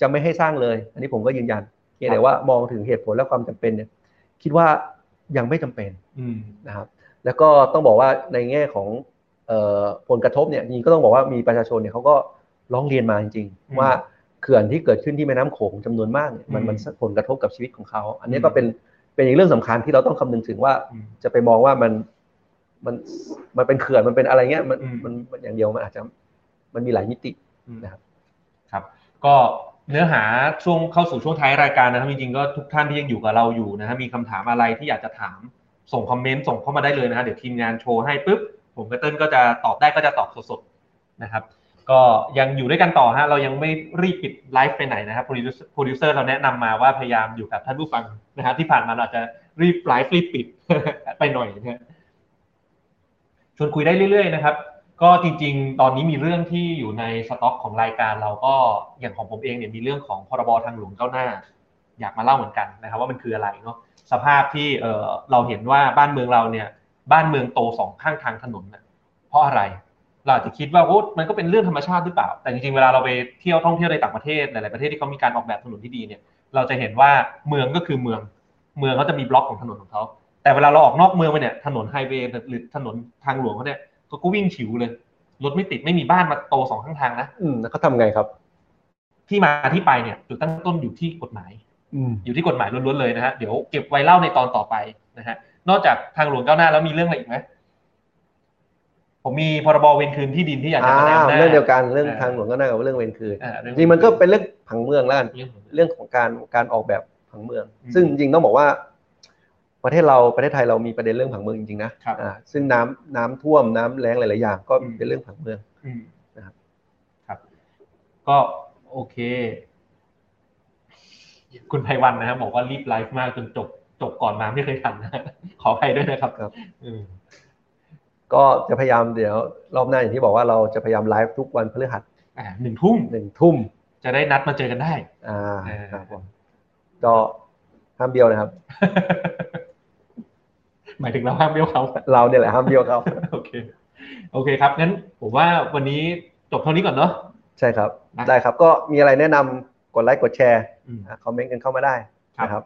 [SPEAKER 7] จะไม่ให้สร้างเลย อันนี้ผมก็ยืนยันเพียงแต่ว่ามองถึงเหตุผลและความจำเป็นเนี่ยคิดว่ายังไม่จำเป็น
[SPEAKER 6] อืม
[SPEAKER 7] นะครับ แล้วก็ต้องบอกว่าในแง่ของเอ่อผลกระทบเนี่ยจริงๆก็ต้องบอกว่ามีประชาชนเนี่ยเขาก็ร้องเรียนมาจริง ๆ ว่าเขื่อนที่เกิดขึ้นที่แม่น้ำโขงจำนวนมากเนี่ยมันมันผลกระทบกับชีวิตของเขา อันนี้ก็เป็นเป็นอีกเรื่องสำคัญที่เราต้องคำนึงถึงว่า
[SPEAKER 6] อืม
[SPEAKER 7] จะไปมองว่ามันมันมันเป็นเขื่อนมันเป็นอะไรเงี้ยมัน
[SPEAKER 6] อืม
[SPEAKER 7] มันมันอย่างเดียวมันอาจจะมันมีหลายมิติ นะครับ
[SPEAKER 6] ครับ ก็เนื้อหาช่วงเข้าสู่ช่วงท้ายรายการนะครับจริงๆก็ทุกท่านที่ยังอยู่กับเราอยู่นะฮะมีคำถามอะไรที่อยากจะถามส่งคอมเมนต์ส่งเข้ามาได้เลยนะฮะเดี๋ยวทีมงานโชว์ให้ปุ๊บผมกับเติ้ลก็จะตอบได้ก็จะตอบสดๆนะครับ ก็ยังอยู่ด้วยกันต่อฮะเรายังไม่รีบปิดไลฟ์ไปไหนนะครับโปรดิวโปรดิวเซอร์เราแนะนำมาว่าพยายามอยู่กับท่านผู้ฟังนะฮะที่ผ่านมาเราอาจจะรีบไลฟ์รีบปิด ไปหน่อยนะฮะชวนคุยได้เรื่อยๆนะครับ ก็จริงๆ ตอนนี้มีเรื่องที่อยู่ในสต็อกของรายการเราก็อย่างของผมเองเนี่ยมีเรื่องของพรบทางหลวงเจ้าหน้า อยากมาเล่าเหมือนกันนะครับ ว่ามันคืออะไรเนาะสภาพที่เออเราเห็นว่าบ้านเมืองเราเนี่ย บ้านเมืองโตสองข้างทางถนนน่ะเพราะอะไร เราอาจจะคิดว่าโอ้มันก็เป็นเรื่องธรรมชาติหรือเปล่า แต่จริงๆเวลาเราไปเที่ยวท่องเที่ยวในต่างประเทศหลายๆประเทศที่เขามีการออกแบบถนนที่ดีเนี่ย เราจะเห็นว่าเมืองก็คือเมือง เมืองเขาจะมีบล็อกของถนนของเขา แต่เวลาเราออกนอกเมืองไปเนี่ยถนนไฮเวย์หรือถนนทางหลวงเขาเนี่ยก็ก็วิ่งฉิวเลย รถไม่ติดไม่มีบ้านมาโตสองข้างทางนะ
[SPEAKER 7] อืมแล้วเขาทำไงครับ
[SPEAKER 6] ที่มาที่ไปเนี่ยจุดตั้งต้นอยู่ที่กฎหมาย
[SPEAKER 7] อืม
[SPEAKER 6] อยู่ที่กฎหมายล้วนๆเลยนะฮะเดี๋ยวเก็บไว้เล่าในตอนต่อไปนะฮะนอกจากทางหลวงก้าวหน้าแล้วมีเรื่องอะไรอีกไหมผมมีพรบเวรคืนที่ดินที่อยากจะ
[SPEAKER 7] อ่า
[SPEAKER 6] แนะนำนะ
[SPEAKER 7] เรื่องเดียวกันเรื่อง
[SPEAKER 6] อ่า
[SPEAKER 7] ทางหลวงก็น่ากับเรื่องเวรคืน
[SPEAKER 6] อ่าเอ
[SPEAKER 7] จริงมันก็เป็นเรื่องผังเมืองแล้วกัน
[SPEAKER 6] เรื่องของ
[SPEAKER 7] เรื่องของการการออกแบบผังเมือง
[SPEAKER 6] อืม
[SPEAKER 7] ซึ่งจริงๆต้องบอกว่า ประเทศเราประเทศไทยเรามีประเด็นเรื่องผังเมืองจริงๆนะครับ อ่าซึ่งน้ำน้ำท่วมน้ำแล้งหลายๆอย่างก็
[SPEAKER 6] อืม
[SPEAKER 7] เป็นเรื่องผังเมือง
[SPEAKER 6] อืม
[SPEAKER 7] นะครับ
[SPEAKER 6] ครับ ก็โอเค คุณไพวันนะครับบอกว่ารีบไลฟ์มากจนจบ จบก่อนมาไม่เคยทันนะ ขออภัยด้วยนะครับอืม
[SPEAKER 7] ก็จะพยายามเดี๋ยวรอบหน้าอย่างที่บอกว่าเราจะพยายามไลฟ์ทุกวันพฤหัส
[SPEAKER 6] อ่าหนึ่งทุ่ม
[SPEAKER 7] หนึ่งทุ่ม
[SPEAKER 6] จะได้นัดมาเจอกันได้
[SPEAKER 7] อ่า
[SPEAKER 6] อ่า
[SPEAKER 7] ครับผมก็ห้ามเบี้ยวนะครับ
[SPEAKER 6] หมายถึงเราห้ามเบี้ยวเขา
[SPEAKER 7] เราเนี่ยแหละห้ามเบี้ยวเขา
[SPEAKER 6] โอเค โอเคครับ งั้นผมว่าวันนี้จบเท่านี้ก่อนเนาะ
[SPEAKER 7] ใช่ครับ
[SPEAKER 6] นะ
[SPEAKER 7] ได้ครับ ก็มีอะไรแนะนำกดไลค์กดแชร์
[SPEAKER 6] อืม
[SPEAKER 7] คอมเมนต์กันเข้ามาได้
[SPEAKER 6] ครับ
[SPEAKER 7] นะครับ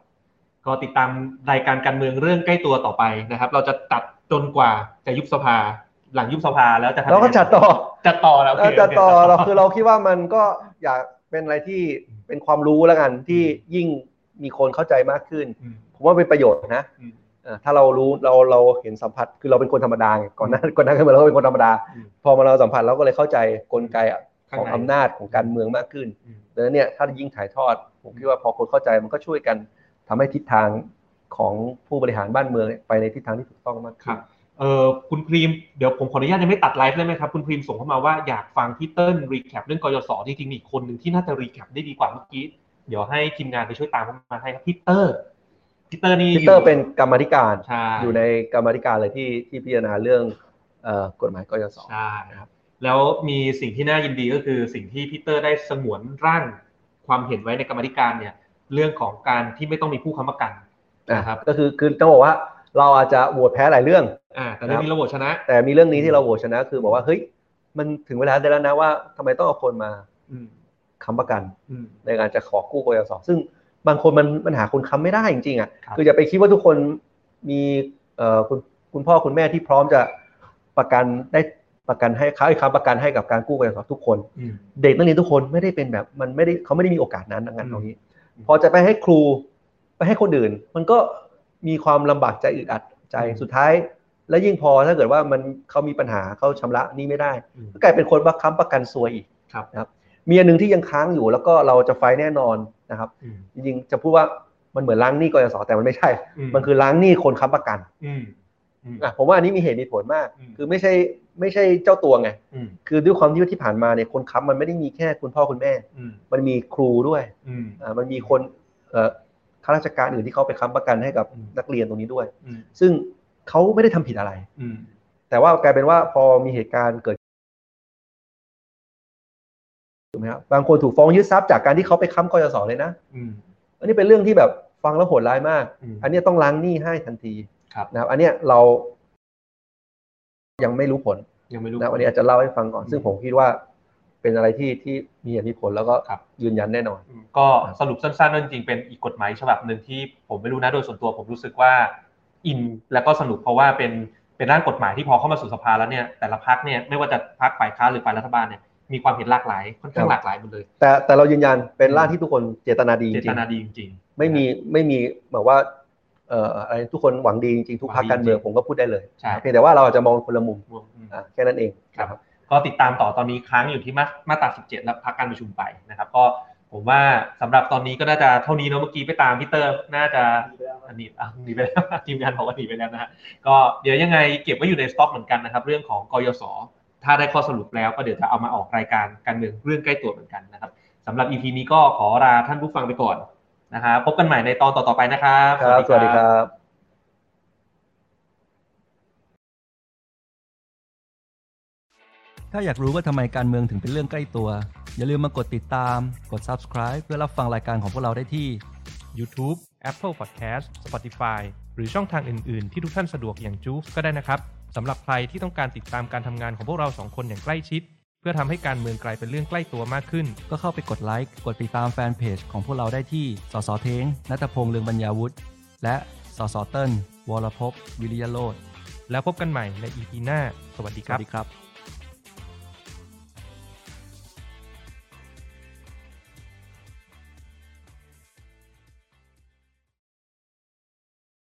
[SPEAKER 6] ก็ติดตามรายการการเมืองเรื่องใกล้ตัวต่อไปนะครับ เราจะตัดจนกว่าจะยุบสภา หลังยุบสภาแล้วจะทำยังไง
[SPEAKER 7] เราก็จัดต่อ
[SPEAKER 6] จัดต่อแล้ว
[SPEAKER 7] เราจะต่อเราคือเราคิดว่ามันก็อยากเป็นอะไรที่เป็นความรู้แล้วกันที่ยิ่งมีคนเข้าใจมากขึ้น
[SPEAKER 6] ม
[SPEAKER 7] ผมว่าเป็นประโยชน์นะ
[SPEAKER 6] อืม
[SPEAKER 7] เอ่อถ้าเรารู้เราเราเห็นสัมผัสคือเราเป็นคนธรรมดาไงก่อนหน้าก่อนหน้าขึ้นมาเราก็เป็นคนธรรมดา
[SPEAKER 6] อืม
[SPEAKER 7] พอมาเราสัมผัสเราก็เลยเข้าใจกลไกอะ
[SPEAKER 6] ข้า
[SPEAKER 7] ข
[SPEAKER 6] ง
[SPEAKER 7] อง
[SPEAKER 6] ใน
[SPEAKER 7] อำนาจของการเมืองมากขึ้น
[SPEAKER 6] อืม
[SPEAKER 7] ดังนั้นเนี่ยถ้ายิ่งถ่ายทอด ผมคิดว่าพอคนเข้าใจมันก็ช่วยกันทำให้ทิศทางของผู้บริหารบ้านเมืองเนี่ยไปในทิศทางที่ถูกต้องมาก
[SPEAKER 6] ครั
[SPEAKER 7] ขึ้น
[SPEAKER 6] บ เอ่อคุณพรีมเดี๋ยวผมขออนุญาตยังไม่ตัดไลฟ์ได้ไหมครับ คุณพรีมส่งเข้ามาว่าอยากฟังพี่เติ้ลรีแคปเรื่องกยศจริงๆมีอีกคนหนึ่งที่น่าจะรีแคปได้ดีกว่าเมื่อกี้ เดี๋ยวให้ทีมงานไปช่วยตามเข้ามาให้ครับพี่เตอร์พี่เตอร์นี่
[SPEAKER 7] พีเตอร์เป็นกรรมาธิการ
[SPEAKER 6] ใช่
[SPEAKER 7] อยู่ในกรรมาธิการเลยที่ที่พิจารณาเรื่องเอ่อกฎหมายกยศ
[SPEAKER 6] ใช่
[SPEAKER 7] นะ
[SPEAKER 6] ค
[SPEAKER 7] ครั
[SPEAKER 6] รับ
[SPEAKER 7] บ
[SPEAKER 6] แล้วมีสิ่งที่น่ายินดีก็คือสิ่งที่พีเตอร์ได้สงวนร่างความเห็นไว้ในกรรมาธิการเนี่ย เรื่องของการที่ไม่ต้องมีผู้ค้ำประกัน นะครับ
[SPEAKER 7] ก็คือคือต้องบอกว่าเราอาจจะโหวตแพ้หลายเรื่อง
[SPEAKER 6] อ่าแต่เรื่องนี้ระบบชนะ
[SPEAKER 7] แต่มีเรื่องนี้ที่เราโหวตชนะ คือบอกว่าเฮ้ยมันถึงเวลาได้แล้วนะว่าทำไมต้องเอาคนมา
[SPEAKER 6] อืม
[SPEAKER 7] ค้ำประกัน
[SPEAKER 6] อืม
[SPEAKER 7] ในการจะขอกู้กยศซึ่งบางคนมันมันหาคนค้ำไม่ได้จริงๆอ่ะ
[SPEAKER 6] ครับ
[SPEAKER 7] คืออย่าไปคิดว่าทุกคนมีเอ่อคุณคุณพ่อคุณแม่ที่พร้อมจะประกันได้ประกันให้เขาให้ค้ำประกันให้กับการกู้กยศทุกคน
[SPEAKER 6] อืม
[SPEAKER 7] เด็กนักเรียนทุกคนไม่ได้เป็นแบบมันไม่ได้เขาไม่ได้มีโอกาสนั้นดังนั้น
[SPEAKER 6] อื
[SPEAKER 7] ต
[SPEAKER 6] ม
[SPEAKER 7] รงนี้
[SPEAKER 6] อืม
[SPEAKER 7] พอจะไปให้ครูไปให้คนอื่น มันก็มีความลำบากใจอึดอัดใจ
[SPEAKER 6] อืม
[SPEAKER 7] สุดท้าย แล้วยิ่งพอถ้าเกิดว่ามันเขามีปัญหาเขาชำระหนี้ไม่ได้
[SPEAKER 6] อืม
[SPEAKER 7] ก็กลายเป็นคนว่าค้ำประกันซวยอีก
[SPEAKER 6] ครับ
[SPEAKER 7] นะครับ มีอันหนึ่งที่ยังค้างอยู่แล้วก็เราจะไฟแน่นอนนะครับ
[SPEAKER 6] อืม
[SPEAKER 7] จริงๆจะพูดว่ามันเหมือนล้างหนี้กยศแต่มันไม่ใช่ มันคือล้างหนี้คนค้ำประกัน
[SPEAKER 6] อืมอืม
[SPEAKER 7] อ่ะผมว่าอันนี้มีเหตุมีผลมาก
[SPEAKER 6] อืม
[SPEAKER 7] คือไม่ใช่ไม่ใช่เจ้าตัวไง
[SPEAKER 6] อืม
[SPEAKER 7] คือด้วยความที่ว่าที่ผ่านมาเนี่ยคนค้ำมันไม่ได้มีแค่คุณพ่อคุณแม่
[SPEAKER 6] อืม
[SPEAKER 7] มันมีครูด้วย
[SPEAKER 6] อืม
[SPEAKER 7] อ่ามันมีคนเอ่อข้าราชการอื่นที่เขาไปค้ำประกันให้กับ
[SPEAKER 6] อืม
[SPEAKER 7] นักเรียนตรงนี้ด้วย
[SPEAKER 6] อืม
[SPEAKER 7] ซึ่งเขาไม่ได้ทำผิดอะไร
[SPEAKER 6] อืม
[SPEAKER 7] แต่ว่ากลายเป็นว่าพอมีเหตุการณ์เกิดถูกไหมครับบางคนถูกฟ้องยึดทรัพย์จากการที่เขาไปค้ำกยศเลยนะ
[SPEAKER 6] อืม
[SPEAKER 7] อันนี้เป็นเรื่องที่แบบฟังแล้วโหดร้ายมาก
[SPEAKER 6] อืม
[SPEAKER 7] อันเนี้ยต้องล้างหนี้ให้ทันที
[SPEAKER 6] ครับ
[SPEAKER 7] นะครับ อันเนี้ยเรายังไม่รู้ผล
[SPEAKER 6] ยังไม่รู้
[SPEAKER 7] นะวันนี้อาจจะเล่าให้ฟังก่อน ซึ่ง
[SPEAKER 6] อืม
[SPEAKER 7] ผมคิดว่าเป็นอะไรที่ที่มีเหตุมีผลแล้วก็
[SPEAKER 6] ครับ
[SPEAKER 7] ยืนยันแน่นอน
[SPEAKER 6] อืมก็สรุปสั้นๆว่าจริงๆเป็นอีกกฎหมายฉบับหนึ่งที่ผมไม่รู้นะโดยส่วนตัวผมรู้สึกว่าอินแล้วก็สนุกเพราะว่าเป็นเป็นร่างกฎหมายที่พอเข้ามาสู่สภาแล้วเนี่ยแต่ละพักเนี่ยไม่ว่าจะพักฝ่ายค้านหรือฝ่ายรัฐบาลเนี่ยมีความเห็นหลากหลายค่อนข้างหลากหลายหมดเลย
[SPEAKER 7] แต่แต่เรายืนยันเป็นร่างที่ทุกคนเจตนาดีจ
[SPEAKER 6] เจ
[SPEAKER 7] ริ
[SPEAKER 6] ต
[SPEAKER 7] ง
[SPEAKER 6] นาดีจริง
[SPEAKER 7] ๆไม่มีไม่มีแบบว่าเอ่ออะไรทุกคนหวังดีจริงๆทุกพรรคการเมือง
[SPEAKER 6] หวัง
[SPEAKER 7] ผม
[SPEAKER 6] ดีจริง
[SPEAKER 7] ก็พูดได้เลย
[SPEAKER 6] ใช่
[SPEAKER 7] เพียงแต่ว่าเราอาจจะมองคนละมุม
[SPEAKER 6] รวมอืม
[SPEAKER 7] อ่ะแค่นั้นเอง
[SPEAKER 6] ครับ
[SPEAKER 7] นะ
[SPEAKER 6] ก็ติดตามต่อตอนนี้ค้างอยู่ที่มามาตรา 17 และพักการประชุมไปนะครับ ก็ผมว่าสำหรับตอนนี้ก็น่าจะเท่านี้เนอะเมื่อกี้ไปตามพี่เตอร์น่าจะอันนี้อ่ะหนีไปแล้ว ทีมงานบอกว่าหนีไปแล้วนะฮะก็เดี๋ยวยังไงเก็บไว้อยู่ในสต็อกเหมือนกันนะครับ เรื่องของกยศถ้าได้ข้อสรุปแล้วก็เดี๋ยวจะเอามาออกรายการการเมืองเรื่องใกล้ตัวเหมือนกันนะครับสำหรับ EP นี้ก็ขอลาท่านผู้ฟังไปก่อนนะครับพบกันใหม่ในตอนต่อๆไปนะครับ
[SPEAKER 7] ครับ สวัสดีครับ
[SPEAKER 3] ถ้าอยากรู้ว่าทำไมการเมืองถึงเป็นเรื่องใกล้ตัว อย่าลืมมากดติดตาม กด subscribe เพื่อรับฟังรายการของพวกเราได้ที่
[SPEAKER 5] YouTube Apple Podcast Spotify หรือช่องทางอื่น ๆ ที่ทุกท่านสะดวกอย่างจูฟก็ได้นะครับสำหรับใครที่ต้องการติดตามการทำงานของพวกเราสองคนอย่างใกล้ชิด เพื่อทำให้การเมืองกลายเป็นเรื่องใกล้ตัวมากขึ้น
[SPEAKER 3] ก็เข้าไปกดไลค์ กดติดตามแฟนเพจของพวกเราได้ที่สสเทงนัทพงษ์เลืองบรรยาวุฒิและสสเติ้ลวรภพวิริยโรธ
[SPEAKER 5] แล้วพบกันใหม่ใน EP หน้า สวัสดี
[SPEAKER 3] ส
[SPEAKER 5] ค
[SPEAKER 3] วั
[SPEAKER 5] รั
[SPEAKER 3] ส
[SPEAKER 5] บ
[SPEAKER 3] ดีครับ